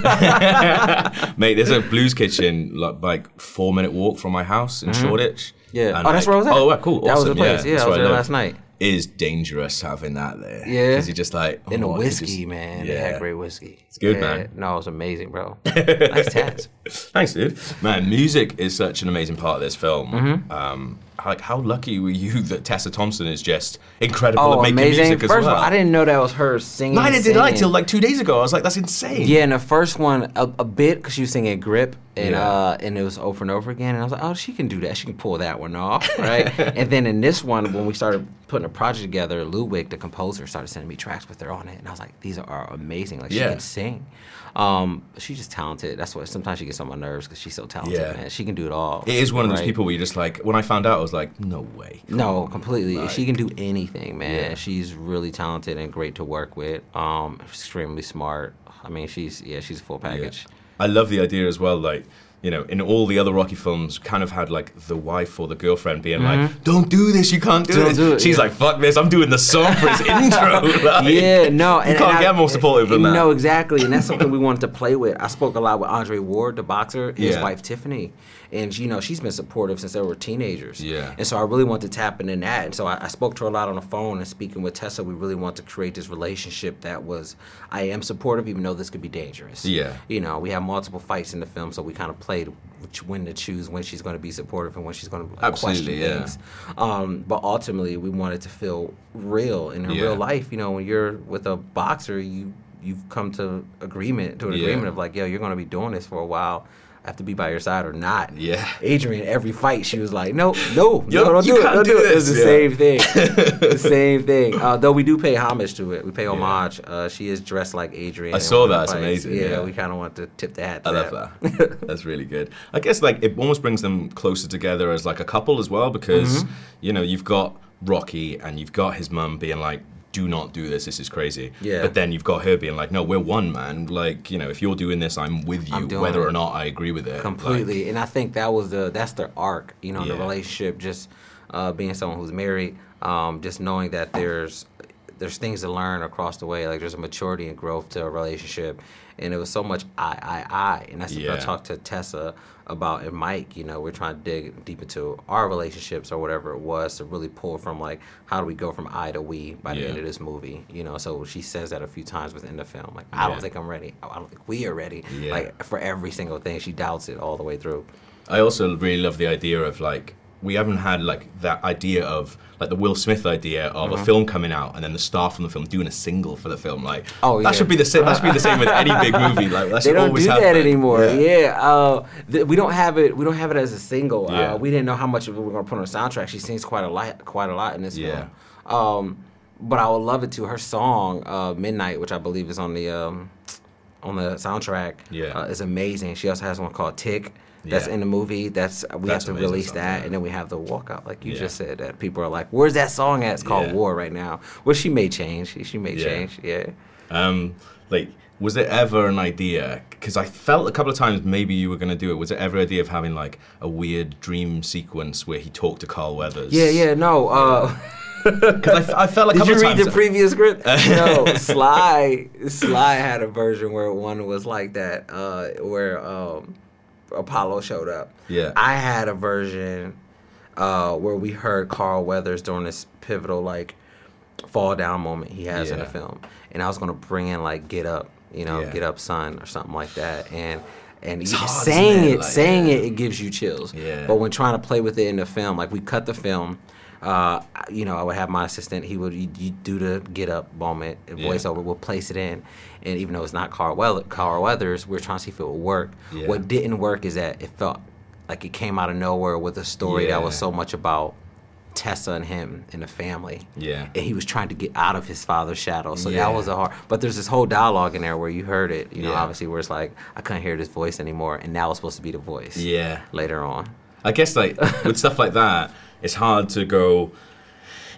Mate, there's a blues kitchen like, like four minute walk from my house in
Mhm.
Shoreditch.
Yeah.
And,
Oh,
like-
that's where I was at.
Oh, right, cool.
That was
awesome,
the place. Yeah,
that's
I was
where
there
lived.
last night.
It is dangerous having that there.
Yeah.
Because you're just like
and the
oh, I could
whiskey,
just-
man. They had great whiskey.
It's good,
Yeah.
man.
No, it was amazing, bro. nice tats.
Thanks, dude. Man, music is such an amazing part of this film.
Mhm.
Um, like, how lucky were you that Tessa Thompson is just incredible
Oh,
at making
amazing.
music
First
as
of
well?
all, I didn't know that was her singing.
Neither did I
singing.
till like two days ago. I was like, that's insane.
Yeah, and the first one a, a bit because she was singing "Grip" and
Yeah.
uh, and it was over and over again, and I was like, oh, she can do that. She can pull that one off, right? and then in this one, when we started putting a project together, Ludwig, the composer, started sending me tracks with her on it, and I was like, these are amazing. Like she
Yeah.
can sing. Um, she's just talented. That's why sometimes she gets on my nerves because she's so talented.
Yeah.
man. she can do it all.
It is one of those
right?
people where you're just like, when I found out, I was like, no way.
No, completely. she can do anything, man.
Yeah.
She's really talented and great to work with. Um, extremely smart. I mean, she's yeah, she's a full package.
I love the idea as well, like, you know, in all the other Rocky films, kind of had like the wife or the girlfriend being like, don't do this, you can't do
Mm-hmm. Don't
this.
do it,
She's
yeah.
like, fuck this, I'm doing the song for his intro. Like,
yeah, no,
you can't get more supportive than that.
No, exactly, and that's something we wanted to play with. I spoke a lot with Andre Ward, the boxer, and his
Yeah.
wife Tiffany, and you know she's been supportive since they were teenagers.
Yeah.
and so I really wanted to tap into that, and so I, I spoke to her a lot on the phone and speaking with Tessa. We really want to create this relationship that was I am supportive, even though this could be dangerous.
Yeah.
you know, we have multiple fights in the film, so we kind of played which, when to choose when she's going to be supportive and when she's going to question
Absolutely, yeah.
things. Um, but ultimately, we wanted to feel real in
Yeah.
real life. You know, when you're with a boxer, you you've come to agreement to an
Yeah.
agreement of like, yo, you're going to be doing this for a while. I have to be by your side or not.
Yeah.
Adrian, every fight, she was like, no, no,
Yo,
no, don't
you
do it.
can't
Don't do
do
it. It was the
this. Yeah.
same thing. the same thing. Uh, though we do pay homage to it. We pay homage. Uh, she is dressed like Adrian.
I
in
saw
one of
that.
the
It's
fights.
amazing, yeah.
we kind of want to tip the hat to
I love that. That's really good. I guess like it almost brings them closer together as like a couple as well because
Mm-hmm.
you know you've got Rocky and you've got his mum being like, "Do not do this. This is crazy."
Yeah.
But then you've got her being like, "No, we're one man. Like you know, if you're doing this, I'm with you,
I'm doing
whether
it.
or not I agree with it." Like,
completely and i think that was the that's their arc you know the
Yeah.
relationship just uh, being someone who's married um, just knowing that there's there's things to learn across the way like there's a maturity and growth to a relationship and it was so much i i i and that's what i
Yeah.
talked to tessa about and mike you know we're trying to dig deep into our relationships or whatever it was to really pull from like how do we go from i to we by the
Yeah.
end of this movie you know so she says that a few times within the film like i don't
Yeah.
think i'm ready i I don't think we are ready
Yeah.
like for every single thing she doubts it all the way through
I also really love the idea of like we haven't had like that idea of like the Will Smith idea of
Mm-hmm.
a film coming out and then the star from the film doing a single for the film. Like
Oh,
that
yeah.
should be the same. That should be the same with any big movie. Like that
they
should
don't
always
do that
happen.
anymore yeah, Uh, th- we don't have it we don't have it as a single
Yeah.
uh, we didn't know how much of it we were going to put on a soundtrack she sings quite a lot quite a lot in this
Yeah.
film um, but i would love it too her song uh, midnight which i believe is on the um, on the soundtrack
Yeah.
uh, is amazing she also has one called tick that's
Yeah.
in the movie. That's we
That's
have to
amazing
release
song,
that,
yeah.
and then we have the walkout, like you
Yeah.
just said. That people are like, "Where's that song at?" It's called
Yeah.
War right now. Well, she may change. She, she may
Yeah.
change. Yeah.
Um, like, was there ever an idea? Because I felt a couple of times maybe you were going to do it. Was there ever an idea of having like a weird dream sequence where he talked to Carl Weathers?
Yeah, yeah, no. Uh,
Because I, f- I felt a
did
couple
you
of
read
times.
the previous script? no, Sly, Sly had a version where one was like that, uh, where um, Apollo showed up.
Yeah.
I had a version uh, where we heard Carl Weathers during this pivotal like fall down moment he has in the
Yeah.
film, and I was gonna bring in like Get Up, you know,
Yeah.
Get Up, Son, or something like that, and. And you
hard, isn't
saying
it?
it,
Like,
saying
yeah.
it, it gives you chills.
Yeah.
But when trying to play with it in the film, like we cut the film, uh, you know, I would have my assistant. He would you, you do the get up moment, and
Yeah.
voiceover. We'll place it in, and even though it's not Carl, Weather, Carl Weathers, we're trying to see if it will work.
Yeah.
What didn't work is that it felt like it came out of nowhere with a story that was
Yeah.
so much about Tessa and him and the family.
Yeah.
and he was trying to get out of his father's shadow. So
Yeah.
that was a hard. But there's this whole dialogue in there where you heard it. You know,
Yeah.
obviously where it's like I couldn't hear this voice anymore, and now it's supposed to be the voice.
Yeah.
later on.
I guess like with stuff like that, it's hard to go.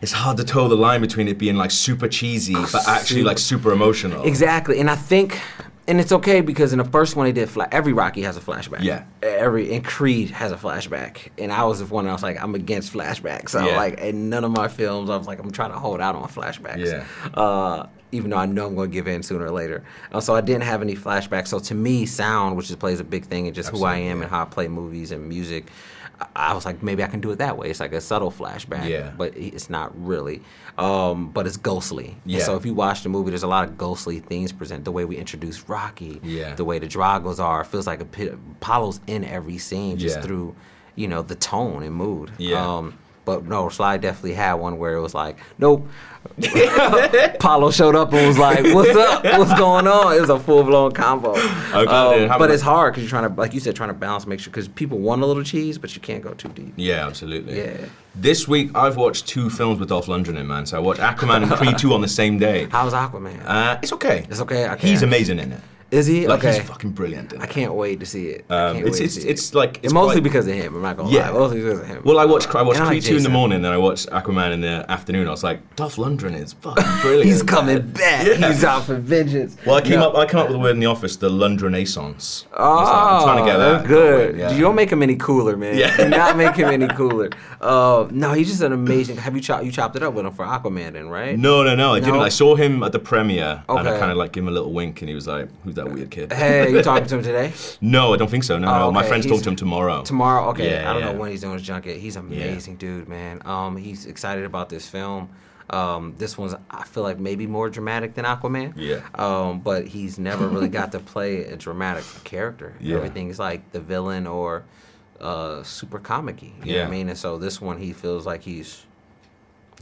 It's hard to toe the line between it being like super cheesy,
Ah,
but actually like super emotional.
Exactly, and I think, and it's okay because in the first one they did fla- every Rocky has a flashback.
Yeah.
every and Creed has a flashback, and I was the one that was like, I'm against flashbacks. So
Yeah.
like, in none of my films, I was like, I'm trying to hold out on flashbacks.
Yeah.
Uh, even though I know I'm going to give in sooner or later, uh, so I didn't have any flashbacks. So to me, sound, which is plays a big thing, and just who I
Absolutely,
am and how I play movies and music. I I was like, maybe I can do it that way. It's like a subtle flashback,
Yeah.
but it's not really. Um, but it's ghostly. And
Yeah.
so if you watch the movie, there's a lot of ghostly things present. The way we introduce Rocky,
Yeah.
the way the Dragos are, it feels like a pit, Apollo's in every scene just
Yeah.
through, you know, the tone and mood.
Yeah.
Um, but no, Sly definitely had one where it was like, nope. Apollo showed up and was like, "What's up? What's going on?" It was a full blown combo. Um,
glad they didn't have
but
a-
it's hard because you're trying to, like you said, trying to balance, make sure because people want a little cheese, but you can't go too deep.
Yeah, absolutely.
Yeah.
This week I've watched two films with Dolph Lundgren in, man. So I watched Aquaman and Creed 2 on the same day.
How's Aquaman?
Uh, it's okay.
It's okay. I can't.
He's amazing in it.
Is he?
Like
okay.
he's fucking brilliant in it.
I can't wait to see it. I
Um,
can't
it's
wait
it's,
to see
it's like
And
it's
mostly
quite-
because of him. I'm not gonna
yeah.
lie. Mostly because of him.
Well, I watched I watched
And I like
Creed two in the
Jason.
morning, then I watched Aquaman in the afternoon. I was like, Dolph Lundgren is fucking brilliant.
He's coming back.
Yeah.
He's out for vengeance.
Well, I came
No.
up I came up with a word in the office, the Lundrenaissance.
Oh,
I'm trying to get that.
that's good.
Yeah.
You don't make him any cooler, man.
Yeah.
Do not make him any cooler. Uh, no, he's just an amazing. Have you chopped? You chopped it up with him for Aquaman, then, right?
No, no, no, I didn't. I saw him at the premiere, and I
Okay.
kind of like gave him a little wink, and he was like, "Who's that weird kid?"
Hey, you talking to him today?
No, I don't think so. No,
Oh,
no. my
okay,
friend's
he's-
talking to him tomorrow.
Tomorrow, okay.
Yeah,
I don't
yeah.
know when he's doing his junket. He's an
Yeah.
amazing dude, man. Um, he's excited about this film. Um, this one's I feel like maybe more dramatic than Aquaman.
Yeah.
Um, but he's never really got to play a dramatic character.
Yeah.
Everything's like the villain or uh, super comic You know what
Yeah.
I mean? And so this one he feels like he's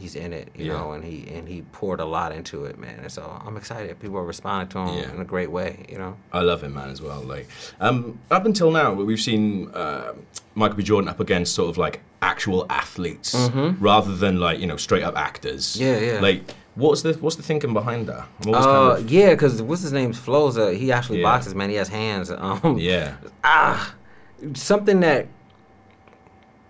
he's in it, you
Yeah.
know, and he and he poured a lot into it, man. And so I'm excited. People are responding to him
Yeah.
in a great way, you know.
I love him, man, as well. Like, um, up until now, we've seen uh, Michael B. Jordan up against sort of like actual athletes
Mhm.
rather than like you know straight up actors.
Yeah, yeah.
Like, what's the what's the thinking behind that? I'm always
Uh,
kind of-
yeah, because what's his name? Flo's. Uh, he actually
Yeah.
boxes, man. He has hands. Um,
yeah.
ah, something that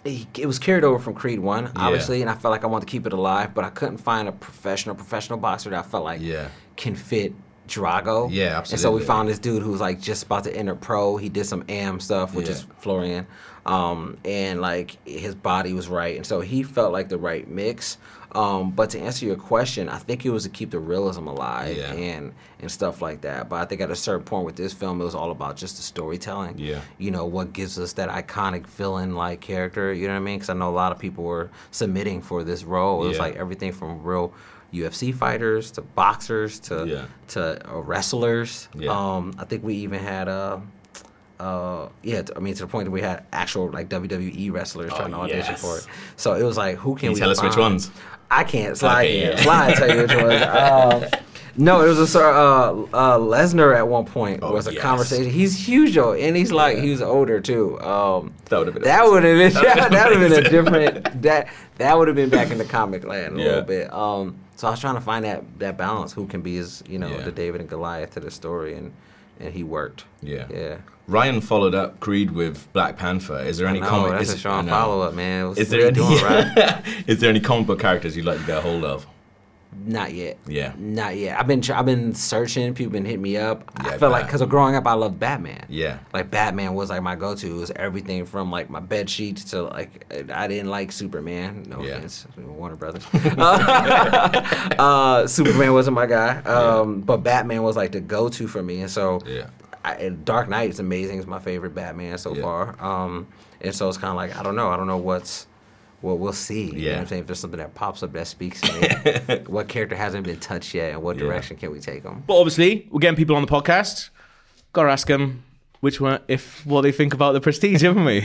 he- it was carried over from Creed One, obviously, and I felt like I wanted to keep it alive, but I couldn't find a professional professional boxer that I felt like can fit Drago.
Yeah,
And so we
absolutely.
found this dude who was like just about to enter pro. He did some AM stuff, which
Yeah.
is Florian, um, and like his body was right, and so he felt like the right mix. Um, but to answer your question, I think it was to keep the realism alive
Yeah.
and and stuff like that. But I think at a certain point with this film, it was all about just the storytelling
Yeah.
you know what gives us that iconic villain like character you know what i mean because i know a lot of people were submitting for this role it was
Yeah.
like everything from real ufc fighters to boxers to
Yeah.
to uh, wrestlers
Yeah.
um i think we even had uh uh yeah t- i mean to the point that we had actual like wwe wrestlers trying to audition
Oh, yes.
for it so it was like who can
Can you
we
tell us which
find?
ones?
i can't slide
Okay,
can't
yeah.
slide tell you which ones um, no, it was a sir, uh, uh, Lesnar at one point
Oh,
was a
yes.
conversation. He's huge though, and he's like he was older too. Um,
that would have been
that would have been
That would've been
that would have been a
amazing.
different that that would have been back in the comic land a
Yeah.
little bit. Um, so I was trying to find that that balance. Who can be his you know the David and Goliath to the story, and and he worked.
Yeah.
yeah.
Ryan followed up Creed with Black Panther. Is there any
I know,
comic?
that's
is,
a strong
I know.
follow-up, man. What's-
is there
what
any?
you doing,
is there any comic book characters you'd like to get a hold of?
Not yet.
Yeah.
Not yet. I've been tr- I've been searching. People been hitting me up.
Yeah, I
I feel like
bet.
because growing up, I loved Batman.
Yeah.
Like Batman was like my go-to. It was everything from like my bed sheets to like I didn't like Superman. No offense, Warner Brothers. uh, Superman wasn't my guy, um, but Batman was like the go-to for me, and so
Yeah.
I, and Dark Knight is amazing. It's my favorite Batman so far, um, and so it's kind of like I don't know. I don't know what's what we'll see. You know what
Yeah.
I'm saying? If there's something that pops up that speaks to me, what character hasn't been touched yet, and what
Yeah.
direction can we take them?
But obviously, we're getting people on the podcast. Gotta ask them
which were if what they think about the prestige, haven't we?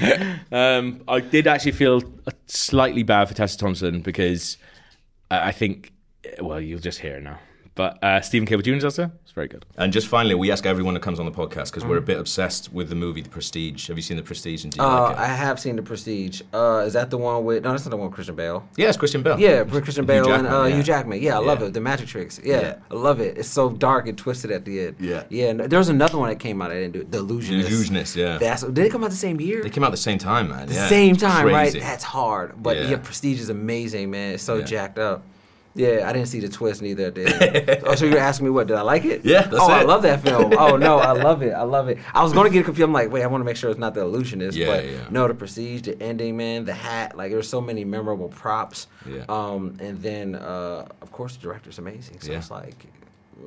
um, I did actually feel slightly bad for Tessa Thompson because I I think, well, you'll just hear it now. But uh, Stephen Cable Jr.'s answer is very good.
And just finally, we ask everyone that comes on the podcast because
Mm.
we're a bit obsessed with the movie The Prestige. Have you seen The Prestige? And do you
Uh,
like it?
I have seen The Prestige. Uh, is that the one with? No, that's not the one with Christian Bale.
Yeah, it's Christian Bale.
Yeah, with Christian
Hugh
Bale and uh,
Jackman, yeah.
Hugh Jackman. Yeah, I love
Yeah.
it. The magic tricks. Yeah,
Yeah.
I love it. It's so dark and twisted at the end.
Yeah.
yeah. and There was another one that came out. I didn't do it. The Illusionist.
Illusionist, yeah.
That's. Did it come out the same year?
They came out at the same time, man.
the
yeah.
same time,
Crazy.
right? That's hard. But
Yeah.
yeah. Prestige is amazing, man. It's so
Yeah.
jacked up. Yeah, I didn't see the twist neither. Did. oh, so you're asking me what? Did I like it?
Yeah, that's
oh, I
it.
love that film. Oh no, I love it. I love it. I was gonna get confused. I'm like, wait, I want to make sure it's not the illusionist.
Yeah,
but
yeah.
no, the prestige, the ending, man, the hat. Like there's so many memorable props.
Yeah.
Um, and then uh, of course the director's amazing. So
Yeah.
it's like,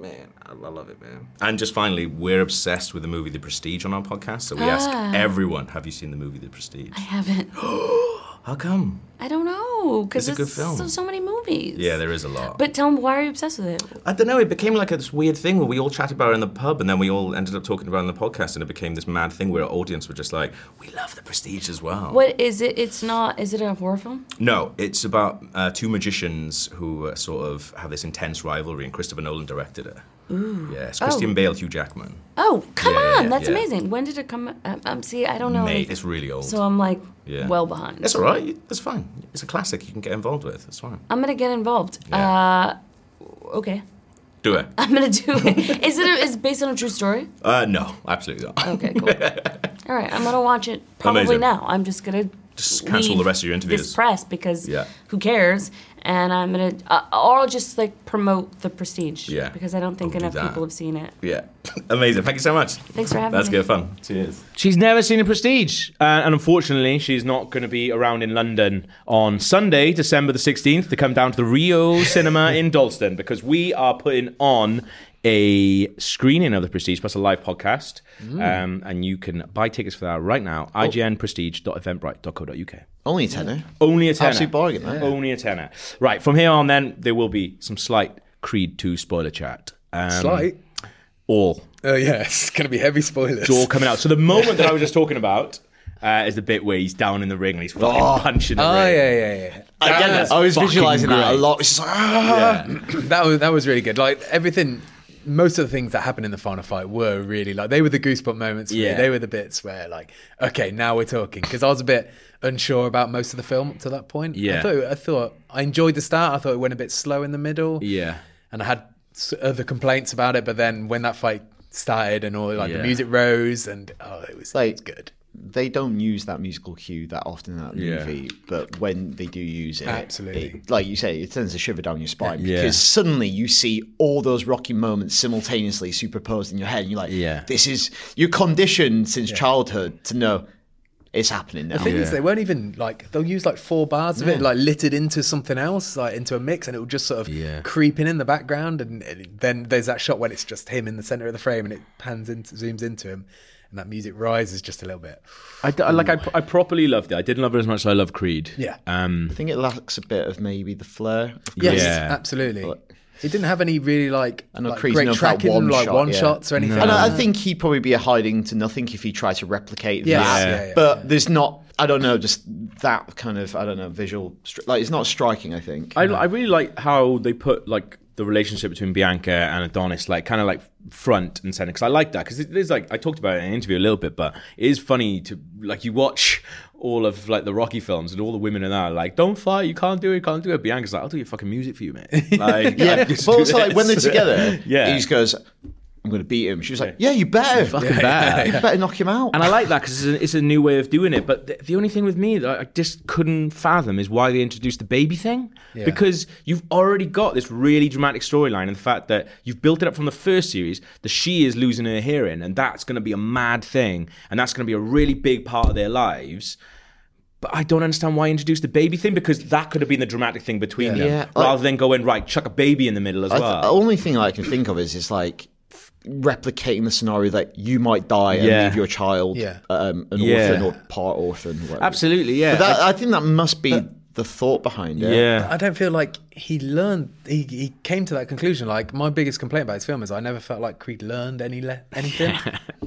man, I, I love it, man.
And just finally, we're obsessed with the movie The Prestige on our podcast. So we ask
Ah.
everyone, have you seen the movie The Prestige?
I haven't.
How come?
I don't know because
It's a
there's
good film.
so, so many movies.
Yeah, there is a lot.
But tell them why are you obsessed with it?
I don't know. It became like this weird thing where we all chatted about it in the pub, and then we all ended up talking about it in the podcast, and it became this mad thing where our audience were just like, "We love the Prestige as well."
What is it? It's not. Is it a horror film?
No, it's about uh, two magicians who uh, sort of have this intense rivalry, and Christopher Nolan directed it.
Ooh.
Yeah, it's
Oh.
Christian Bale, Hugh Jackman.
Oh, come
Yeah, yeah,
on,
yeah,
that's
yeah.
amazing. When did it come? Um, um, see, I don't know.
Mate, it's really old.
So I'm like,
Yeah.
well behind.
It's all right. It's fine. It's a classic. You can get involved with. It's fine.
I'm gonna get involved. Um, Uh, okay,
Do it.
I'm gonna do it. is it a, is it based on a true story?
Uh, no, absolutely not.
Okay, cool. All right, I'm gonna watch it probably
Amazing.
now. I'm just gonna
Just cancel the
leave
rest of your
This
interviews.
press because
Yeah.
who cares? And I'm gonna, uh, or I'll just like promote the prestige.
Yeah.
Because I don't think
Don't do
enough
that.
people have seen it.
Yeah, amazing. Thank you so much.
Thanks for having
That's
me.
good fun. Cheers.
She's never seen a prestige. Uh, and unfortunately, she's not going to be around in London on Sunday, December the 16th, to come down to the Rio Cinema in Dalston because we are putting on a screening of the Prestige plus a live podcast.
Mm.
Um, and you can buy tickets for that right now,
Oh.
ignprestige.eventbrite.co.uk.
Only a tenner.
Only a tenner.
Absolute bargain, that.
Only a tenner. Right, from here on then, there will be some slight Creed 2 spoiler chat. Um,
Slight?
All.
Oh yeah, it's gonna be heavy spoilers.
It's all coming out. So the moment that I was just talking about uh, is the bit where he's down in the ring and he's fucking
Oh.
punching the
Oh,
ring.
yeah, yeah, yeah.
I get that.
That's
Oh,
I was
fucking
visualising that a
great.
lot. It's just like, ah.
that was that was really good. Like everything, most of the things that happened in the final fight were really like they were the goosebump moments. For me.
Yeah.
they were the bits where like, okay, now we're talking because I was a bit unsure about most of the film up to that point.
Yeah.
I thought I thought I enjoyed the start. I thought it went a bit slow in the middle.
Yeah.
and I had s- other complaints about it, but then when that fight started and all like
Yeah.
the music rose and oh, it was
like good. They don't use that musical cue that often in that
Yeah.
movie, but when they do use it,
Absolutely.
it- like you say, it sends a shiver down your spine
Yeah.
because suddenly you see all those rocky moments simultaneously superposed in your head, and you're like,
Yeah.
this is you're conditioned since childhood to know it's happening now."
The thing is, they won't even like they'll use like four bars of it,
No.
like littered into something else, like into a mix, and it'll just sort of creep in in the background. And it- then there's that shot when it's just him in the center of the frame, and it pans into zooms into him, and that music rises just a little bit.
I, d- I- like, I, I properly loved it. I didn't love it as much as I love Creed.
Yeah.
Um,
I think it lacks a bit of maybe the flair. of
Yes,
Yeah.
absolutely. It didn't have any really like,
I know
like
Creed's
great
known for that
tracking, like
shot,
one
yeah.
shots or anything.
And I, I
like
think he'd probably be a hiding to nothing if he tried to replicate
Yes.
that.
Yeah, yeah,
but there's not, I don't know, just that kind of, I don't know, visual, stri- like it's not striking, I think.
I, I really like how they put like the relationship between Bianca and Adonis like kind of like front and center because I like that because it is like I talked about it in an interview a little bit but it is funny to like you watch all of like the Rocky films and all the women in that are like don't fight you can't do it you can't do it Bianca's like I'll do your fucking music for you mate like
yeah,
I
but
just do
also like when they're
this.
together,
yeah
he just goes, I'm going to beat him. She was like, yeah, you better.
fucking better.
You better knock him out.
And I like that because it's, a- it's a new way of doing it. But the, the only thing with me that I just couldn't fathom is why they introduced the baby thing.
Yeah.
Because you've already got this really dramatic storyline and the fact that you've built it up from the first series that she is losing her hearing and that's going to be a mad thing and that's going to be a really big part of their lives. But I don't understand why introduce the baby thing because that could have been the dramatic thing between
Yeah.
them
Yeah,
rather than going, right, chuck a baby in the middle as
I th- oh,
well.
The only thing I can think of is is like f- replicating the scenario that you might die and
Yeah.
leave your child
Yeah.
um, an
Yeah.
orphan or part orphan. Whatever.
Absolutely, yeah.
But that, I think that must be the thought behind it.
I don't feel like he learned. He, he came to that conclusion. Like my biggest complaint about his film is I never felt like Creed learned any le- anything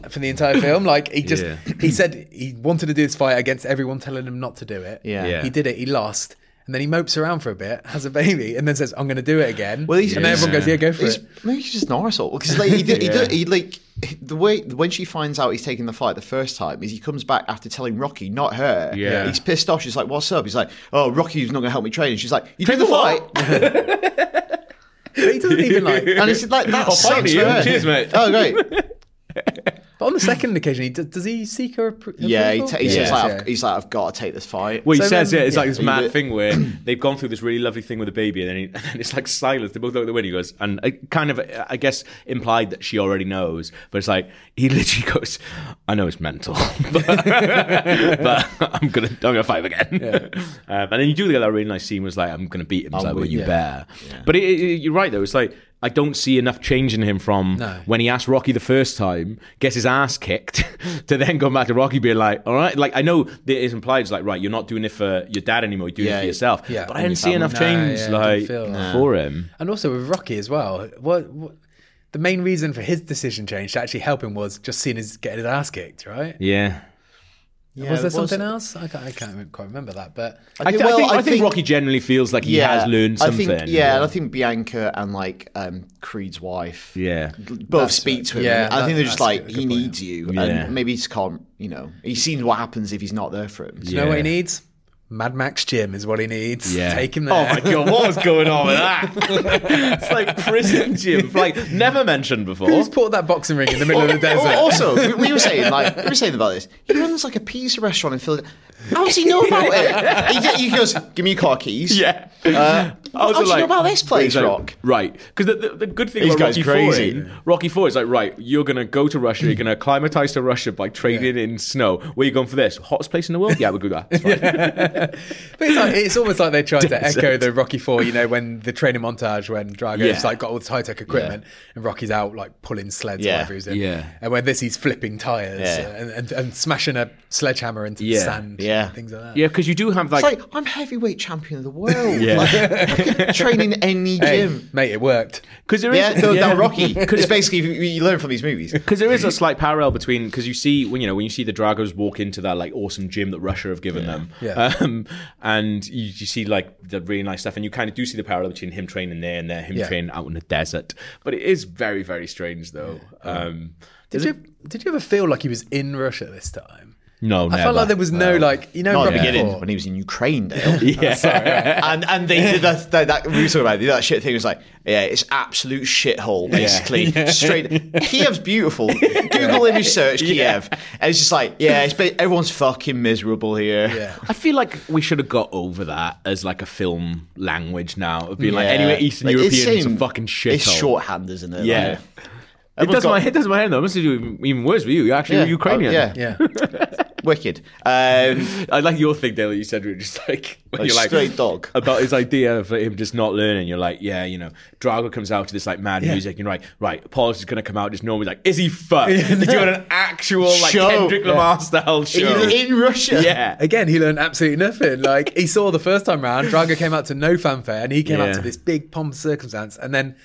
for the entire film. Like he just
Yeah.
he said he wanted to do this fight against everyone telling him not to do it.
Yeah. Yeah.
he did it. He lost. And then he mopes around for a bit, has a baby, and then says, "I'm going to do it again." Well, and then everyone goes, "Yeah, go for
he's,
it."
Maybe he's just an arsehole because like he did, he,
Yeah.
did, he like the way when she finds out he's taking the fight the first time is he comes back after telling Rocky, not her.
Yeah.
he's pissed off. She's like, "What's up?" He's like, "Oh, Rocky's not going to help me train." And she's like, "You do the fight."
But he doesn't even like.
and it's like that
I'll fight
sucks
you.
for her.
Cheers, mate.
Oh, great.
But on the second occasion, he does, does he seek her? appro-
Yeah, he
approval?
ta- he's
Yeah.
just like,
Yeah.
I've, he's like, I've got to take this fight.
Well, he says it. It's like this
He
mad
did-
thing where they've gone through this really lovely thing with the baby, and then, he, and then it's like silence. They both look at the window. He goes, and it kind of, I guess, implied that she already knows, but it's like he literally goes, "I know it's mental, but, but I'm gonna, I'm gonna fight him again." Um, and then you do get that really nice scene. Was like, "I'm gonna beat him." It's
I'll
like, "Well,
win,
you
yeah.
bear." But it, it- you're right though. It's like. I don't see enough change in him from
No.
when he asked Rocky the first time, gets his ass kicked, to then go back to Rocky being like, all right, like I know that it's implied, it's like, right, you're not doing it for your dad anymore, you're doing it
Yeah,
for yourself.
yeah.
But I
And
didn't
your
see enough
family.
change
Nah, yeah, it
like
didn't feel like-
for him.
And also with Rocky as well. What, what the main reason for his decision change to actually help him was just seeing his getting his ass kicked, right?
Yeah.
was there something else? I can't, I can't re- quite remember that, but
I, thi- I think, I think Rocky generally feels like he has learned something.
I think, yeah, and I think Bianca and like um, Creed's wife
Yeah.
both
That's
speak
it.
to him.
Yeah,
I
that-
think they're just
that's
like,
good-
he needs you.
Yeah.
And maybe he just can't, you know, he's seen what happens if he's not there for him.
Do you know what he needs? Mad Max Jim is what he needs.
Yeah.
Take him there.
Oh my god, what was going on with that? it's like prison gym, like never mentioned before.
Who's put that boxing ring in the middle of the desert?
Also, we, we were saying like we were saying about this. He runs like a pizza restaurant in Philadelphia. How does he know about it? He, get- he goes, "Give me your car keys."
Yeah.
Uh,
I
how
was
do you
like-
know about this
He's
place,
like,
Rock?
Right, because the, the, the good thing
These
about
guys
Rocky
crazy.
Four, in, Rocky Four is like, right, you're gonna go to Russia, you're gonna acclimatize to Russia by trading in snow. Where you going for this? Hottest place in the world? Yeah, we'll do that. It's fine.
But it's, like, it's almost like they tried to
Desert.
echo the Rocky Four, you know, when the training montage when Drago's
Yeah.
like got all this high tech equipment and Rocky's out like pulling sleds,
Yeah.
or whatever he's doing.
Yeah.
And when this, he's flipping tires
Yeah.
and, and, and smashing a sledgehammer into the
Yeah.
sand,
Yeah.
things like that.
yeah, because you do have like,
it's like I'm heavyweight champion of the world.
Yeah.
Like, I can train in any
Hey,
gym,
mate. It worked.
because there is
yeah, no,
yeah.
that Rocky. Because basically, you, you learn from these movies.
Because there is a slight parallel between because you see when you know when you see the Dragos walk into that like awesome gym that Russia have given them,
Yeah.
Um, and you, you see like the really nice stuff, and you kind of do see the parallel between him training there and there, him
Yeah.
training out in the desert. But it is very very strange though. Um,
Did you did you ever feel like he was in Russia this time?
no,
I felt like there was no like you know
Not at the
Rocky
beginning
Four.
when he was in Ukraine, Dale.
yeah,
and and they did that, that, that we were talking about it, they did that shit thing. It was like, yeah, it's absolute shithole,
Yeah.
basically.
Yeah.
Straight Kiev's beautiful. Google image search Kiev, and it's just like, yeah, it's ba- everyone's fucking miserable here.
I feel like we should have got over that as like a film language now of being like
Yeah.
anyway Eastern
Like, it's
Europeans are
same-
fucking shit.
It's shorthand, isn't it?
Yeah.
Like,
it
everyone's
does
got-
my it does my head though. It must do even worse with you. You're actually
Yeah.
Ukrainian.
Oh, yeah. Wicked. Um,
I like your thing, Dale, that you said, we were just like, when
Like
you're like,
straight dog.
About his idea for him just not learning. You're like, yeah, you know, Drago comes out to this like mad music, and you're like, right, Paulus is going to come out just normally like, is he fucked? He's doing an actual like
Show.
Kendrick
Yeah.
Lamar style show.
Russia.
Yeah.
Again, he learned absolutely nothing. Like he saw the first time round, Drago came out to no fanfare, and he came
Yeah.
out to this big pomp and circumstance, and then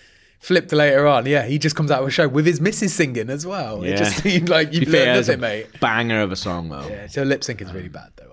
flipped later on. Yeah, he just comes out with a show with his missus singing as well. It just seemed like
To
you've
be fair,
learned
it's a
nothing, mate.
Banger of a song though.
Yeah, so lip sync is really bad though.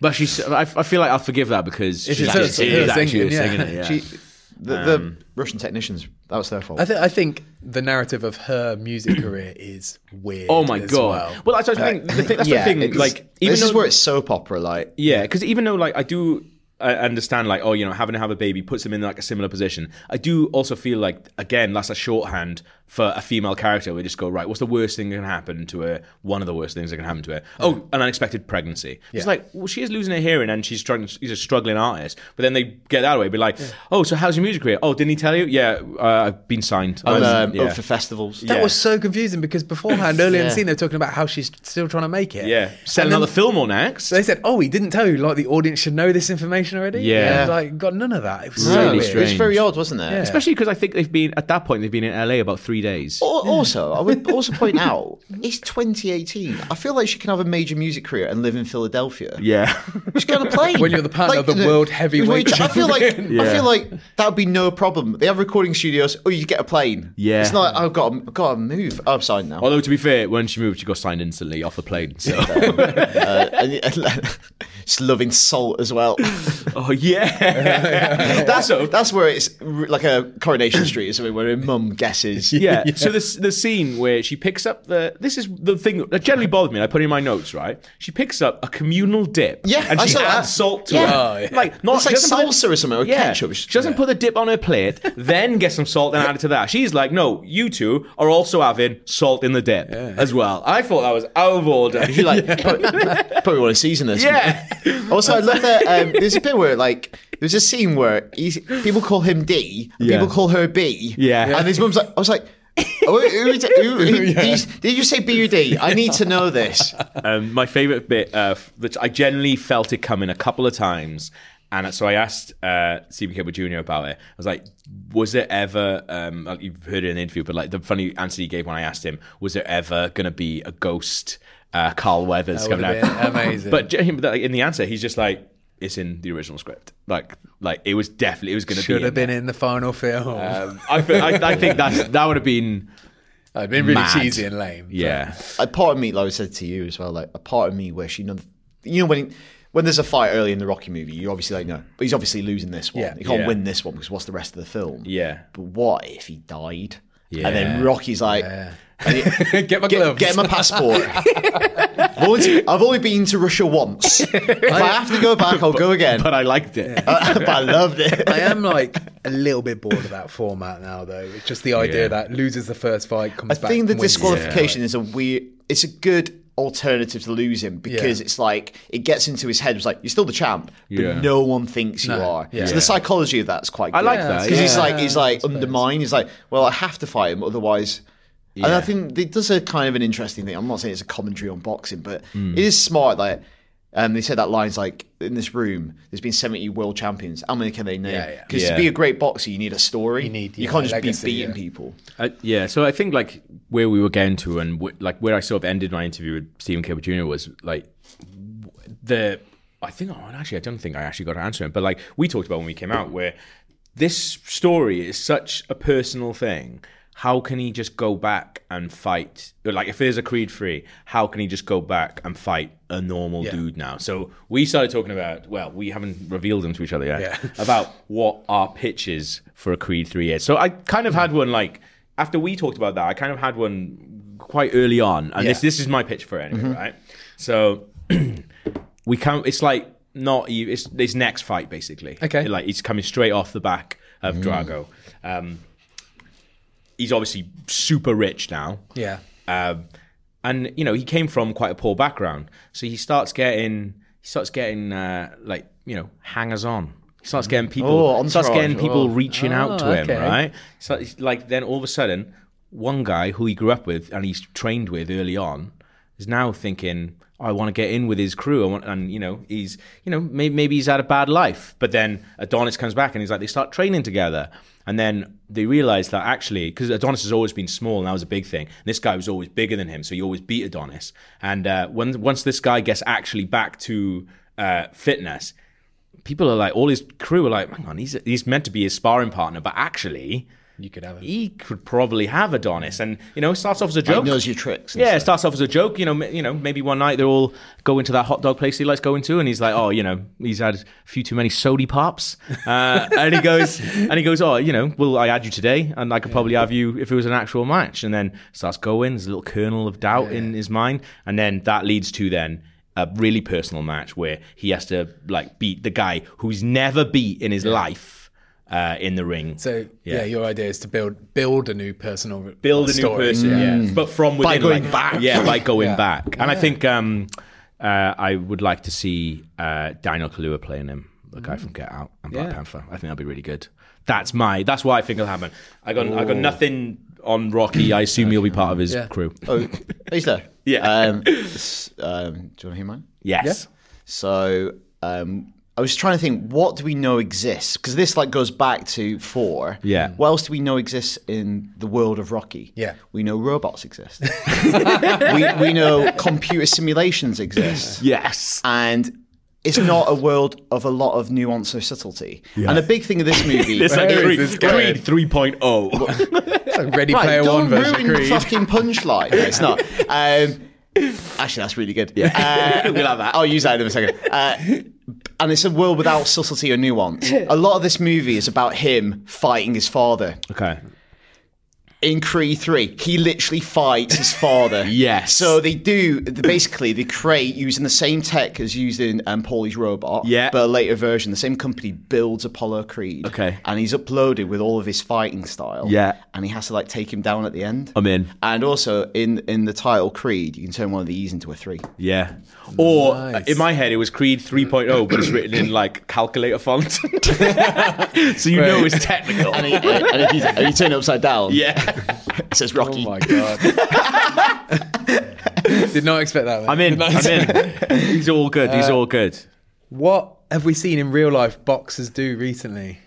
But she's, I, I feel like I'll forgive that because
It's
she's
her-
actually,
her
it is actually
singing,
her
yeah.
singing it, yeah.
She-
the, the
Um,
Russian technicians, that was their fault.
I think I think the narrative of her music career is weird.
Oh my
as
god! Well, that's what I think. The thing, that's
Yeah,
the thing.
it's-
Like, even
this
though,
is where it's soap opera, like.
Yeah, because even though like I do uh, understand like oh you know having to have a baby puts them in like a similar position, I do also feel like again that's a shorthand for a female character. We just go right, what's the worst thing that can happen to her? One of the worst things that can happen to her. Oh, an unexpected pregnancy. It's
Yeah.
like well she is losing her hearing and she's struggling. She's a struggling artist, but then they get that away, be like oh so how's your music career? Oh didn't he tell you? Yeah, uh, I've been signed.
I'm,
I'm-
um,
yeah.
up for festivals.
That was so confusing because beforehand, earlier in the
Yeah.
scene, they were talking about how she's still trying to make it.
Yeah. Sell another Fillmore next.
They said, "Oh, he didn't tell you. Like the audience should know this information already."
Yeah.
And, like got none of that. It was
Really
so weird.
strange. It was very
odd, wasn't it?
Yeah.
Especially because I think they've been at that point they've been in LA about three days.
Al- Also, I would also point out it's 2018. I feel like she can have a major music career and live in Philadelphia.
Yeah.
She's got a plane.
When you're the partner of the world heavyweight
I feel like
champion.
I
Yeah.
feel like that would be no problem. They have recording studios. Oh, you get a plane.
Yeah.
It's not. I've got. I've got to move. Oh, I'm signed now.
Although to be fair, when she moved, she got signed instantly off the plane. So.
Uh, and, and, it's loving salt as well.
oh yeah.
That's that's where it's r- like a coronation street or something where her mum guesses.
yeah. So this the scene where she picks up the this is the thing that generally bothered me. and I put it in my notes, right? She picks up a communal dip,
Yeah,
and
I
she
saw that.
adds salt to it,
Oh, yeah.
like not
It's like
she doesn't put
salsa or something, or ketchup.
She doesn't put the dip on her plate, then get some salt and add it to that. She's like, no, you two are also having salt in the dip as well. I thought that was out of order.
You're like, probably, probably want to season this.
Yeah.
Also, I love that. Um, there's a bit where, like, there's a scene where he's, people call him D, and
Yeah.
people call her B.
Yeah.
And his mum's like, I was like, oh, who, who, is- who, who, did, you, did you say B or D? I need to know this.
Um, my favorite bit, uh, f- that I generally felt it coming a couple of times, and so I asked uh, Stephen Cable Jr. about it. I was like, "Was there ever? Um, like, you've heard it in the interview, but like the funny answer he gave when I asked him, was there ever going to be a ghost uh, Carl Weathers
That
coming
would've
out?"
been amazing.
but gen- but, like, in the answer, he's just like, "It's in the original script. Like, like it was definitely it was going to be."
Should
in
have been
there.
in the final film.
Um, I, feel- I, I think that's that would have been
I'd been really
mad.
cheesy and lame.
yeah.
A part of me, like I said to you as well, like, a part of me where she, know, you know, when. When there's a fight early in the Rocky movie, you're obviously like, no, but he's obviously losing this one.
Yeah.
he can't
Yeah.
win this one because what's the rest of the film?
Yeah.
But what if he died? And then
Yeah.
Rocky's like,
get my
Get,
gloves.
get my passport. I've, only, I've only been to Russia once. If I have to go back, I'll go again. Uh,
But I liked it.
but I loved it.
I am like a little bit bored of that format now, though. It's just the idea
Yeah.
that loses the first fight, comes
I
back.
think the
and wins
disqualification is a weird. It's a good alternative to losing because
Yeah.
it's like it gets into his head. It's like you're still the champ, but
Yeah.
no one thinks you are.
Yeah.
So the psychology of that's quite. good.
I like that,
because he's
yeah.
like he's like undermined. He's like, well, I have to fight him, otherwise. And I
Yeah.
think it does a kind of an interesting thing. I'm not saying it's a commentary on boxing, but
Hmm.
it is smart. Like, um, they said that line's like in this room. Therere's been 70 world champions. How many can they
Yeah,
name?
yeah.
Because
Yeah.
to be a great boxer, you need a story. You
need,
You
yeah,
can't just
legacy,
be beating
yeah.
people.
Uh, yeah, so I think like where we were getting to, and wh- like where I sort of ended my interview with Stephen Cable Jr. was like the I think oh, and actually I don't think I actually got to answer him, but like we talked about when we came out, where this story is such a personal thing. How can he just go back and fight? Like if there's a Creed three, how can he just go back and fight a normal dude now? So we started talking about well, we haven't revealed them to each other yet
Yeah.
about what our pitch is for a Creed 3 is. So I kind of had one like after we talked about that, I kind of had one quite early on. And this
Yeah. Mm-hmm.
this is my pitch for it anyway, right? So we can't it's like not ev- it's his next fight basically.
Okay.
Like he's coming straight off the back of
Mm.
Drago. Um he's obviously super rich now.
Yeah.
Um, and you know he came from quite a poor background, so he starts getting he starts getting uh, like you know hangers on. He starts getting people
Oh, entourage.
starts getting people
Oh.
reaching out to
Oh,
him,
okay.
right? So it's like then all of a sudden, one guy who he grew up with and he's trained with early on is now thinking. I want to get in with his crew, I want, and you know he's, you know, maybe, maybe he's had a bad life. But then Adonis comes back, and he's like, they start training together, and then they realize that actually, because Adonis has always been small, and that was a big thing. This guy was always bigger than him, so he always beat Adonis. And uh, when once this guy gets actually back to uh, fitness, people are like, all his crew are like, hang on, he's he's meant to be his sparring partner, but actually,
You could have it.
he could probably have Adonis, and you know, it starts off as a joke.
He knows your tricks. and
Yeah, it starts off as a joke. You know, ma- you know, maybe one night they all go into that hot dog place he likes going to, and he's like, "Oh, you know, he's had a few too many sody pops," uh, and he goes, and he goes, "Oh, you know, well, I had you today, and I could probably have you if it was an actual match." And then starts going, there's a little kernel of doubt in his mind, and then that leads to then a really personal match where he has to like beat the guy who's never beat in his life uh, in the ring.
So yeah.
Yeah.
your idea is to build build a new personal
build a new
story.
person, yeah. but from within,
going
like,
back.
yeah, by going
Yeah.
back. And I think um, uh, I would like to see uh, Daniel Kaluuya playing him, the guy from Get Out and Black
Yeah.
Panther. I think that'd be really good. That's my. That's why I think it'll happen. I got. I got nothing on Rocky. I assume you'll be part of his
Yeah.
crew.
Oh, he's there.
Yeah.
Um, s- um, do you want to hear mine?
Yes.
So um, I was trying to think, what do we know exists? Because this like goes back to four.
Yeah.
What else do we know exists in the world of Rocky?
Yeah.
We know robots exist. we, we know computer simulations exist.
Yes.
And it's not a world of a lot of nuance or subtlety.
Yeah.
And the big thing of this movie
It's like
is-
Creed, Creed 3.0.
Ready
right,
Player
don't
One version of
ruin the
Creed.
fucking punchline. No, it's not. Um, actually, that's really good. Yeah, uh, we'll have that. I'll use that in a second. Uh, and it's a world without subtlety or nuance. A lot of this movie is about him fighting his father.
okay.
In Creed Three, he literally fights his father.
Yes.
So they do basically they create using the same tech as used in um, Paulie's robot.
Yeah.
But a later version, the same company builds Apollo Creed.
Okay.
And he's uploaded with all of his fighting style.
Yeah.
And he has to like take him down at the end.
I'm in.
And also in in the title Creed, you can turn one of the E's into a three.
Yeah. Or uh,
Nice.
in my head, it was Creed 3.0, but it's written in like calculator font. so you know it's technical.
And, he, and if, you, and you turn it upside down,
yeah.
it says
Oh
Rocky.
my god! Did not expect that.
I'm in. I'm in. He's all good. He's
Uh,
all good.
What have we seen in real life boxers do recently?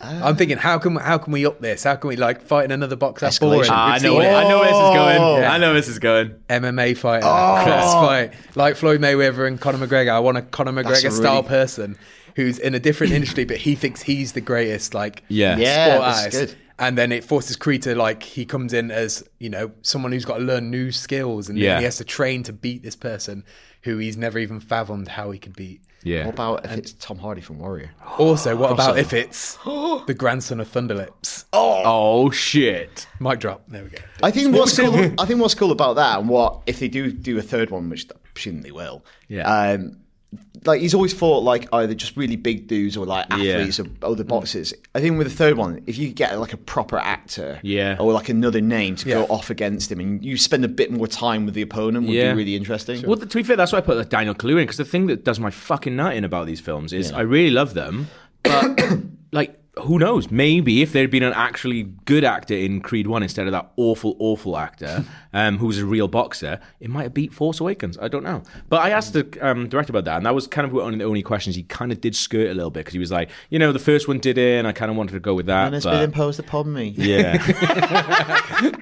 Ah.
I'm thinking, how can how can we up this? How can we like fight in another box? That's boring.
Escalation. Ah,
I
We've
know,
seen
where, I know where this is going.
Yeah.
I know where this is going.
MMA fighter, uh, class fight, like Floyd Mayweather and Conor McGregor. I want a Conor
Oh. That's a
McGregor style
really-
person who's in a different industry, but he thinks he's the greatest. Like,
Yeah.
Yeah,
sport
that's
artist.
good.
And then it forces Creed to like he comes in as you know someone who's got to learn new skills, and
Yeah.
then he has to train to beat this person who he's never even fathomed how he could beat.
Yeah.
What about if it's Tom Hardy from Warrior?
Also,
Oh,
what about if it's the grandson of Thunderlips? Oh,
Oh shit.
mic drop. There we go.
I think what's cool. I think what's cool about that, and what if they do do a third one, which I presume they will.
Yeah.
Um, like he's always fought like either just really big dudes or like
Yeah.
athletes or other boxers. I think with the third one, if you get like a proper actor,
Yeah.
or like another name to go
Yeah.
off against him, and you spend a bit more time with the opponent, would
Yeah.
be really interesting.
Well, to be fair, that's why I put like, Daniel Kaluuya in because the thing that does my fucking nut in about these films is I really love them, but like who knows? Maybe if there'd been an actually good actor in Creed One instead of that awful, awful actor um, who was a real boxer, it might have beat Force Awakens. I don't know. But I asked the um, director about that, and that was kind of one of the only questions he kind of did skirt a little bit because he was like, you know, the first one did it, and I kind of wanted to go with that.
and it's
but-
been imposed upon me.
yeah.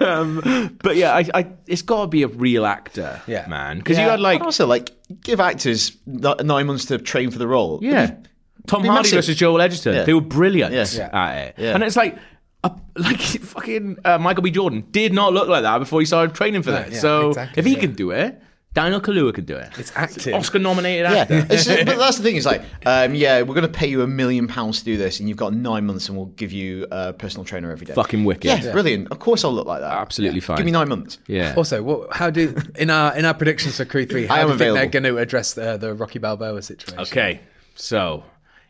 um, but yeah, I, I, it's got to be a real actor,
Yeah.
man. Because you had like,
And also like give actors n- nine months to train for the role.
yeah, Tom
be
Hardy
massive.
versus Joel Edgerton.
Yeah.
They were brilliant
Yeah.
at it,
Yeah.
and it's like. uh, Like fucking uh, Michael B. Jordan did not look like that before he started training for that.
yeah,
so
exactly,
if he
yeah.
can do it, Daniel Kaluuya could do it.
It's active.
Oscar-nominated actor.
Yeah, It's just- but that's the thing. It's like, um, yeah, we're going to pay you a million pounds to do this, and you've got nine months, and we'll give you a personal trainer every day.
Fucking wicked.
yeah, brilliant. Of course, I'll look like that.
Absolutely fine.
Give me nine months.
Yeah.
Also, what, how do in our in our predictions for Creed Three? How
I am
do you think
available.
they're going to address the, the Rocky Balboa situation?
Okay, so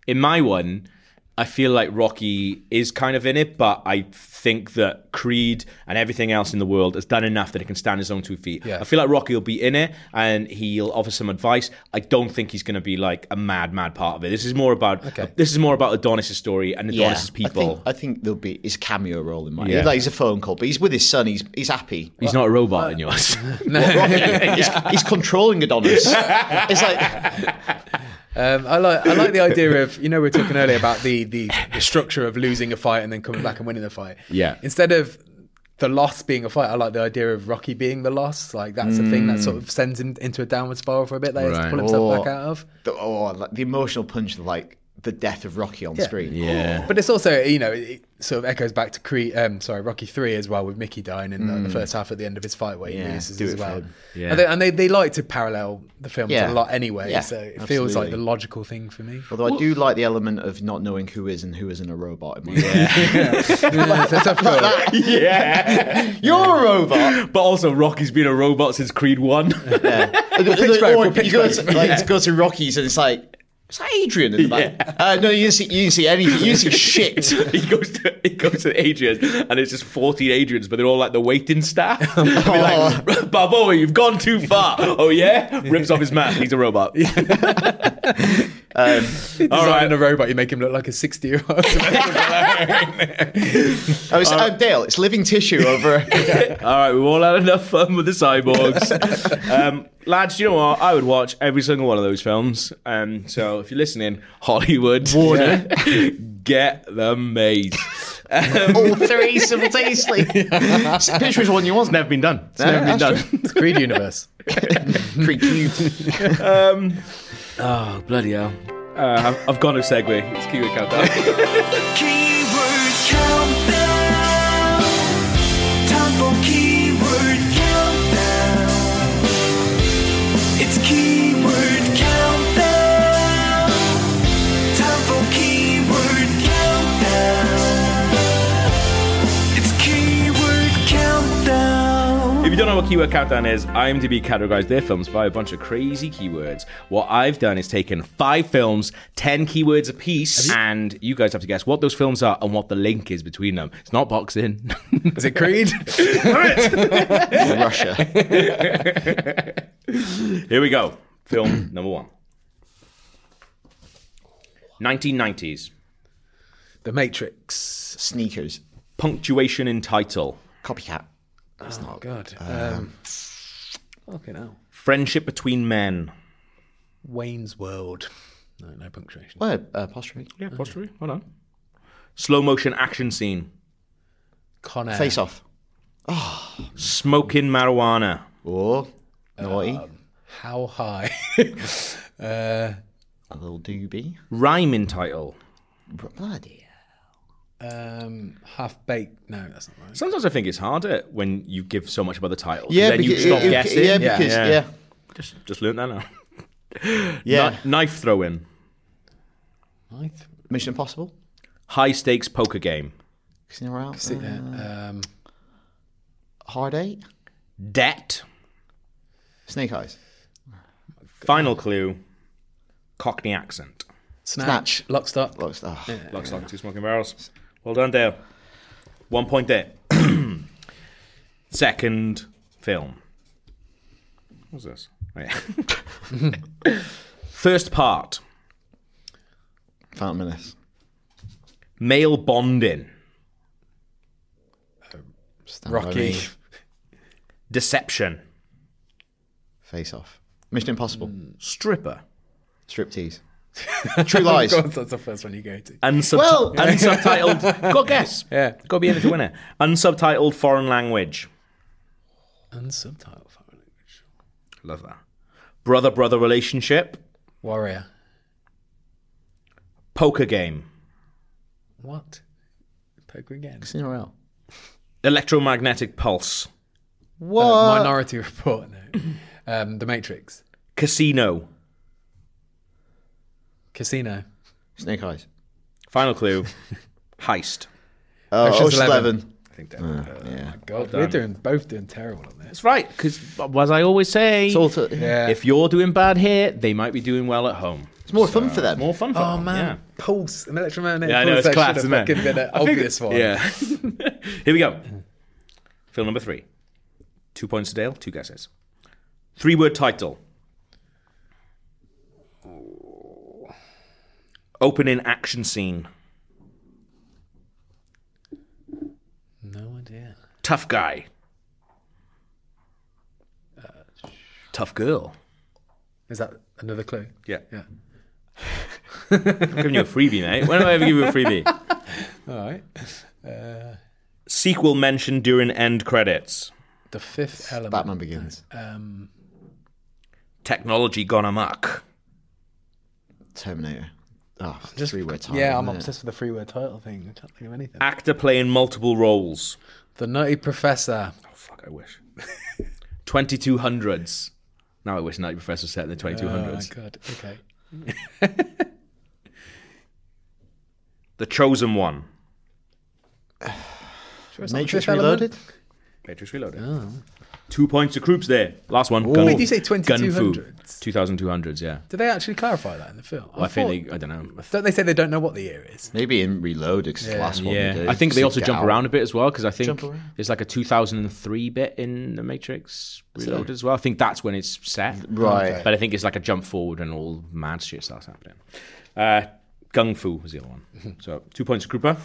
in my one, I feel like Rocky is kind of in it, but I think that Creed and everything else in the world has done enough that it can stand his own two feet.
Yeah.
I feel like Rocky will be in it and he'll offer some advice. I don't think he's going to be like a mad, mad part of it. This is more about
Okay.
this is more about Adonis's story and
Yeah,
Adonis's
I
people.
think, I think there'll be his cameo role in mine.
Yeah.
Like, he's a phone call, but he's with his son. He's he's happy.
he's not a robot in yours.
What, Rocky? he's, he's controlling Adonis. it's like
Um, I like I like the idea of you know we were talking earlier about the, the the structure of losing a fight and then coming back and winning the fight.
Yeah.
Instead of the loss being a fight, I like the idea of Rocky being the loss. Like that's a thing that sort of sends him into a downward spiral for a bit. That he has to
Right.
pull himself
Mm. Or-
back out of.
the, oh, like the emotional punch of like the death of Rocky on
Yeah.
screen.
yeah.
But it's also you know it sort of echoes back to Creed, um, sorry Rocky three as well with Mickey dying in the, the first half at the end of his fight where he
Mm. Yeah,
loses
do
as
it for
well.
him.
Yeah.
And, they, and they they like to parallel the films
Yeah.
a lot anyway,
Yeah,
so it feels like
absolutely.
the logical thing for me.
Although I do like the element of not knowing who is and who isn't a robot. In my
Yeah, it's a tough call.
You're a robot.
But also, Rocky's been a robot since Creed One.
Or
pitch both, we'll
you
pitch
go
both.
to, like, to go to Rockies and it's like, is that Adrian in the back? Uh, no, you didn't see, you didn't see anything. You didn't see shit.
he goes to he goes to Adrian's and it's just 14 Adrians, but they're all like the waiting staff. And they're like, Oh, Balboa, you've gone too far. oh yeah? Rips off his mask, he's a robot.
Um,
You design a robot, you make him look like a 60 year
Oh,
old.
I was, oh, Dale, it's living tissue over.
all right, we've all had enough fun with the cyborgs. um, lads, you know what? I would watch every single one of those films. Um, so if you're listening, Hollywood, Warner, get them made.
All three simultaneously. Which was one you want?
It's never been done. It's
No,
never been done.
that's
it's Creed Universe.
Creed Cube.
Um, oh, bloody hell. Uh, I've, I've gone a segue. It's Keyword Countdown.
Keyword countdown. Time for keyword countdown. It's keyword countdown. Time for keyword countdown. It's keyword countdown.
if you don't know what Keyword Countdown is, IMDb categorized their films by a bunch of crazy keywords. What I've done is taken five films, ten keywords apiece, and you guys have to guess what those films are and what the link is between them. It's not boxing.
Is it Creed?
Russia.
Here we go. Film number one. 1990s.
the Matrix.
Sneakers.
Punctuation in title.
Copycat. That's not
God. Oh, Um, fucking hell.
Friendship between men.
Wayne's World. No, no punctuation.
Well, uh, apostrophe.
Yeah, apostrophe. Hold on. Slow motion action scene.
Con Air.
Face off.
Smoking marijuana.
Or naughty.
How high?
a little doobie.
Rhyme in title.
Bloody.
um, half baked. No, that's not right.
Sometimes I think it's harder when you give so much about the title. 'cause
Yeah,
then you
because,
stop
it- it-
guessing.
yeah, because yeah, yeah.
Just, just learn that now.
yeah.
Kni- knife throwing.
Ninth.
Mission Impossible.
High stakes poker game.
Casino Royale. uh,
Sit there. Um,
Hard Eight.
Debt.
Snake Eyes.
Final clue. Cockney accent.
snatch.
Snatch.
Lock, stock.
Looks. Oh.
Looks like two smoking barrels. Well done, Dale. One point there. Second film. What's this? Oh, yeah. First part.
Phantom Menace.
Male bonding.
Stand by
Rocky.
me.
Deception.
Face off. Mission Impossible.
Mm.
Stripper.
Striptease. True Lies.
God, that's the first one you go to.
Unsubt-
Well-
unsubtitled. Go guess.
Yeah.
Go be in it to win it. Unsubtitled foreign language.
Unsubtitled foreign language.
Love that. Brother brother relationship.
Warrior.
Poker game.
What? Poker again.
Casino Royale.
Electromagnetic pulse.
What?
Uh, Minority Report. No. Um, the Matrix.
Casino.
Casino.
Snake Eyes.
Final clue. Heist.
Oh,
Ocean's
Ocean's
Eleven.
Eleven.
I think that.
Yeah.
God, we're doing both doing terrible on this.
That's right, because as I always say,
It's, all to-
Yeah.
if you're doing bad here, they might be doing well at home.
it's more fun for them.
More fun for
oh
them,
man, Pulse, an electromagnetic.
Yeah, yeah I know
pulse,
it's
that
class,
should
isn't
have
it?
fucking been an
I think-
obvious one.
Yeah. here we go. Film number three. Two points to Dale. Two guesses. Three-word title. Opening action scene.
No idea.
Tough guy. Tough girl.
Is that another clue?
Yeah.
Yeah.
I'm giving you a freebie, mate. When do I ever give you a freebie?
All right. Uh,
sequel mentioned during end credits.
The fifth element.
Batman Begins.
Um,
Technology gone amok.
Terminator. Oh,
just-
three word title.
yeah, I'm
isn't it?
obsessed with the freeware title thing. I can't think of anything.
Actor playing multiple roles.
The Nutty Professor.
Oh fuck, I wish. Twenty two hundreds. Now I wish Night Professor was set in the twenty two hundreds.
Oh my god. Okay.
The chosen one.
Matrix
Fifth Element?
Reloaded.
Oh. Matrix Reloaded. Two points to Krups there. Last one.
Ooh. Wait, did you say 2200s?
Two thousand two hundreds. Yeah.
Do they actually clarify that in the film?
Well, I think
thought-
they- I don't know.
Don't they say they don't know what the year is?
Maybe in Reload, it's the
Yeah.
last one.
Yeah,
they do.
I think they
So
also
get
jump
out.
around a bit as well because I think
Jump around.
there's like a 2003 bit in the Matrix
Is
Reloaded
there?
as well. I think that's when it's set,
Right.
But I think it's like a jump forward and all mad shit starts happening. Uh, Gung Fu was the other one. So two points to Krupa.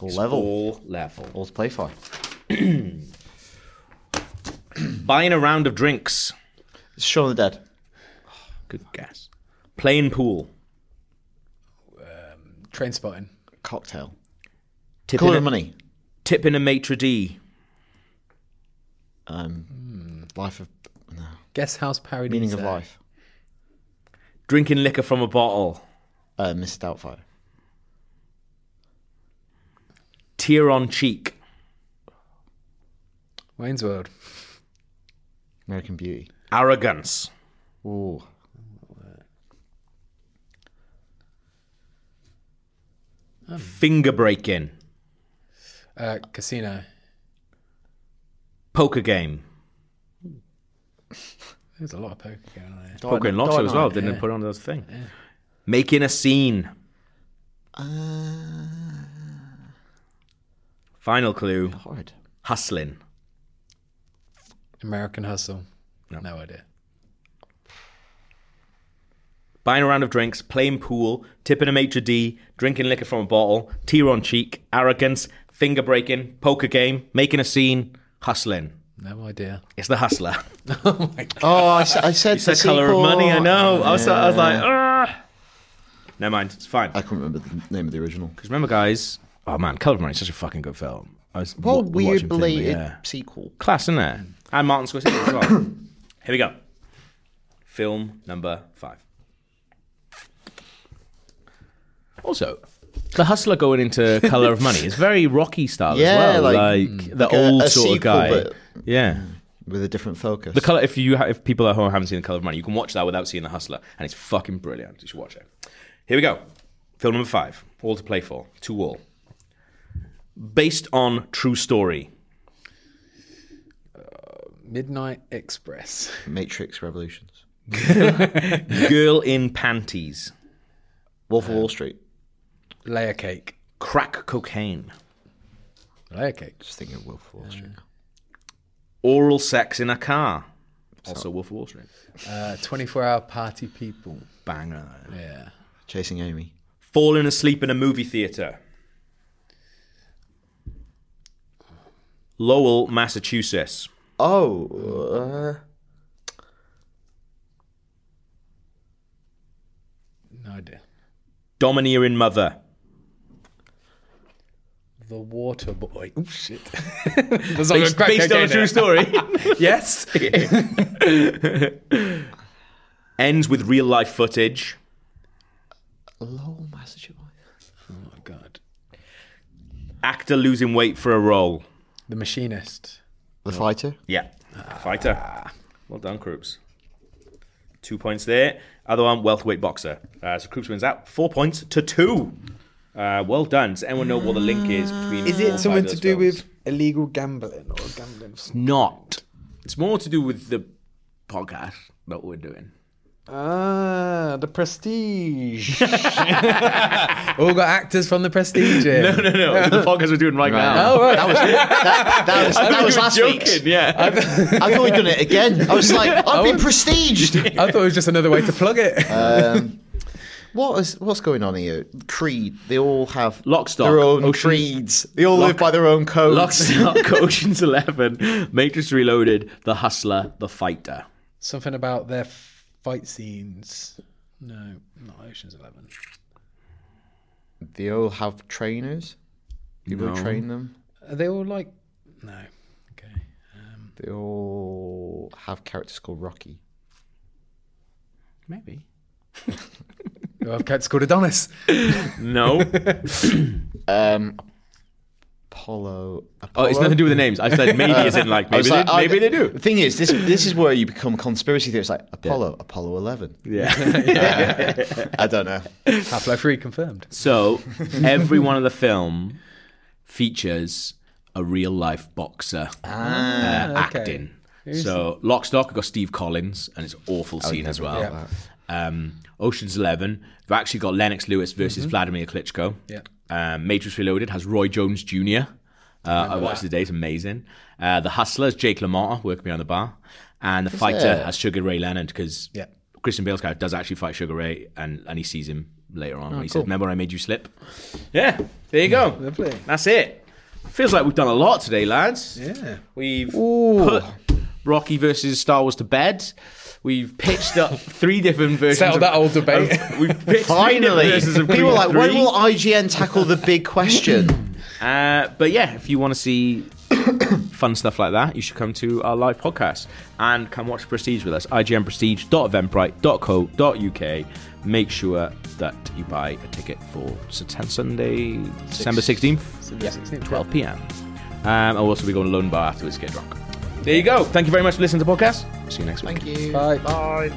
All
It's
level.
All level.
All to play for.
Buying a round of drinks.
Shaun of the Dead.
Good guess. Playing pool.
Train spotting.
Cocktail.
Tip
Colour
in
of
a-
Money.
Tip in a maitre d.
Um,
Hmm.
Life of
Guest House parody.
Meaning of
set.
Life.
Drinking liquor from a bottle.
Uh, Mrs. Doubtfire.
Tear on cheek.
Wayne's World.
American Beauty.
Arrogance.
Ooh.
Finger breaking.
Uh, casino.
Poker game.
There's a lot of poker going on here.
Poker and Lotto as well. Didn't
Oh, Yeah.
they put it on the other thing. Making a scene.
Uh.
Final clue.
Hard.
Hustling.
American Hustle. No idea.
Buying a round of drinks, playing pool, tipping a maitre d, drinking liquor from a bottle, tear on cheek, arrogance, finger breaking, poker game, making a scene, hustling.
No idea.
It's the hustler.
Oh, I, s- I said
You said
the
color of
sequel.
money. I know. I, was, I was like,
Yeah.
ah. Never mind. It's fine.
I can't remember the name of the original.
Because remember, guys. Oh man, Color of Money is such a fucking good film. I was
What a
wa- watching
weird
film,
belated
yeah.
sequel.
Class, isn't it? Mm. And Martin Scorsese as well. Here we go. Film number five. Also, the hustler going into Color of Money is very Rocky style
Yeah,
as well.
like- mm.
Like, the
Like a-
old
a
sort
sequel,
of guy.
but-
Yeah.
With a different focus.
The color. If you ha- if people at home haven't seen the color of money, you can watch that without seeing the hustler, and it's fucking brilliant. You should watch it. Here we go. Film number five. All to play for. Two all. Based on true story.
Midnight Express.
Matrix Revolutions.
Girl in panties.
Wolf of Wall Street.
Layer Cake.
Crack cocaine.
Layer Cake.
Just thinking of Wolf of Wall Street.
Oral sex in a car. Also Wolf of Wall Street.
Uh, 24 Hour Party People.
Banger.
Yeah.
Chasing Amy.
Falling asleep in a movie theater. Lowell, Massachusetts.
Oh. Uh,
No idea.
Domineering mother.
The Water Boy. Oh, shit.
Based, based on a true story.
Yes.
Ends with real life footage.
Lowell, Massachusetts.
oh, my God.
Actor losing weight for a role.
The Machinist.
The Fighter.
Yeah. Fighter. Well done, Krups. Two points there. Other one, welterweight boxer. Uh, so Krups wins that. Four points to two. Uh, well done. Does anyone know what the link is between?
Is
all
it
five
something
of
to
those
do with
films?
illegal gambling or gambling? of some-
Not. It's more to do with the podcast that we're doing.
Ah, the prestige.
All got actors from The Prestige here.
No, no, no. it's the podcast we're doing right, Oh, now.
Oh, right.
That was that, that was, that was last
joking.
week's.
Yeah.
I've only done it again. I was like, I've been prestiged.
I thought it was just another way to plug it.
Um, what is what's going on here? Creed. They all have
Lock, stock,
their own
ocean-
creeds. They all live by their own codes.
Lockstock, Ocean's Eleven, Matrix Reloaded, The Hustler, The Fighter.
Something about their f- fight scenes. No, not Ocean's Eleven.
They all have trainers. People who train them.
Are they all like? No. Okay.
They all have characters called Rocky.
Maybe.
Oh, I've got- it's called Adonis.
No.
Um, Apollo.
Oh, it's
Apollo?
nothing to do with the names. I said maybe as in like
I was
maybe,
like,
they,
oh,
maybe they do.
The thing is, this this is where you become conspiracy theorists. Like Apollo, Apollo Eleven.
Yeah.
I don't know.
Half-Life Three confirmed.
so every one of the film features a real life boxer
Ah,
uh,
okay.
acting.
Who's
So Lock, Stock, I've got Steve Collins, and it's an awful
I would
scene as
never
well.
get that.
Um, Ocean's Eleven. We've actually got Lennox Lewis versus
Mhm.
Vladimir Klitschko.
Yeah.
Um, Matrix Reloaded has Roy Jones Jr. Uh, I watched today; it's amazing. Uh, the Hustlers, Jake LaMotta, working behind the bar, and the
Is
Fighter
there-
has Sugar Ray Leonard because
Yeah.
Christian Bale's character does actually fight Sugar Ray, and, and he sees him later on.
Oh,
and he
cool.
says, "Remember when I made you slip?" Yeah, there you go. Lovely. That's it. Feels like we've done a lot today, lads.
Yeah.
We've put Rocky versus Star Wars to bed. We've pitched up three different versions.
Settled
of-
that old debate.
of- we've pitched
Finally,
three different versions of
people
Creed
are like, when
three.
will IGN tackle the big question?
Uh, but yeah, if you want to see fun stuff like that, you should come to our live podcast and come watch Prestige with us. IGNprestige.eventbrite.co.uk. Make sure that you buy a ticket for Sat- Sunday, December 16th,
December 16th, yeah.
12 p.m. Um, and we'll also be going to Lone Bar afterwards to get drunk. There you go. Thank you very much for listening to the podcast. See you next week.
Thank you.
Bye.
Bye.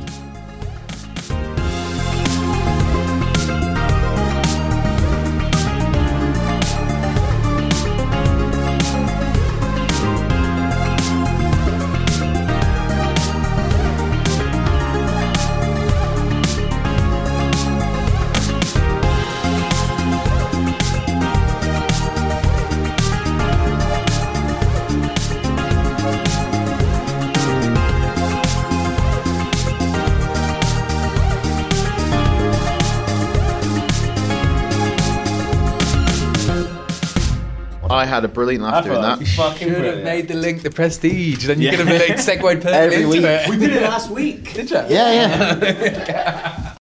I had a brilliant laugh doing that.
Should have made the link the prestige. Then you
Yeah.
could have like, segued perfectly
Every
into
week.
it.
We did it
last week. Did you?
Yeah,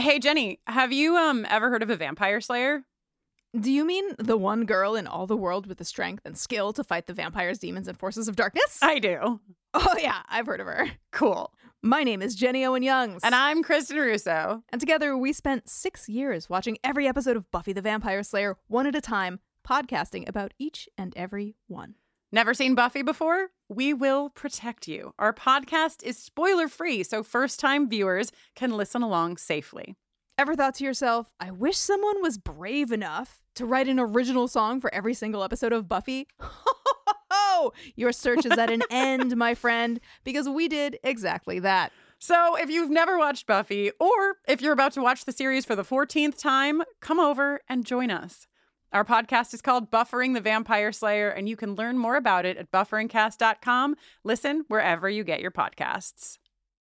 Hey Jenny, have you um ever heard of a vampire slayer?
Do you mean the one girl in all the world with the strength and skill to fight the vampires, demons, and forces of darkness?
I do.
Oh, yeah, I've heard of her. Cool. My name is Jenny Owen Youngs.
And I'm Kristen Russo.
And together we spent six years watching every episode of Buffy the Vampire Slayer one at a time, podcasting about each and every one.
Never seen Buffy before? We will protect you. Our podcast is spoiler free, so first time viewers can listen along safely.
Ever thought to yourself, I wish someone was brave enough to write an original song for every single episode of Buffy? Oh, your search is at an end, my friend, because we did exactly that.
So if you've never watched Buffy, or if you're about to watch the series for the 14th time, come over and join us. Our podcast is called Buffering the Vampire Slayer, and you can learn more about it at bufferingcast.com. Listen wherever you get your podcasts.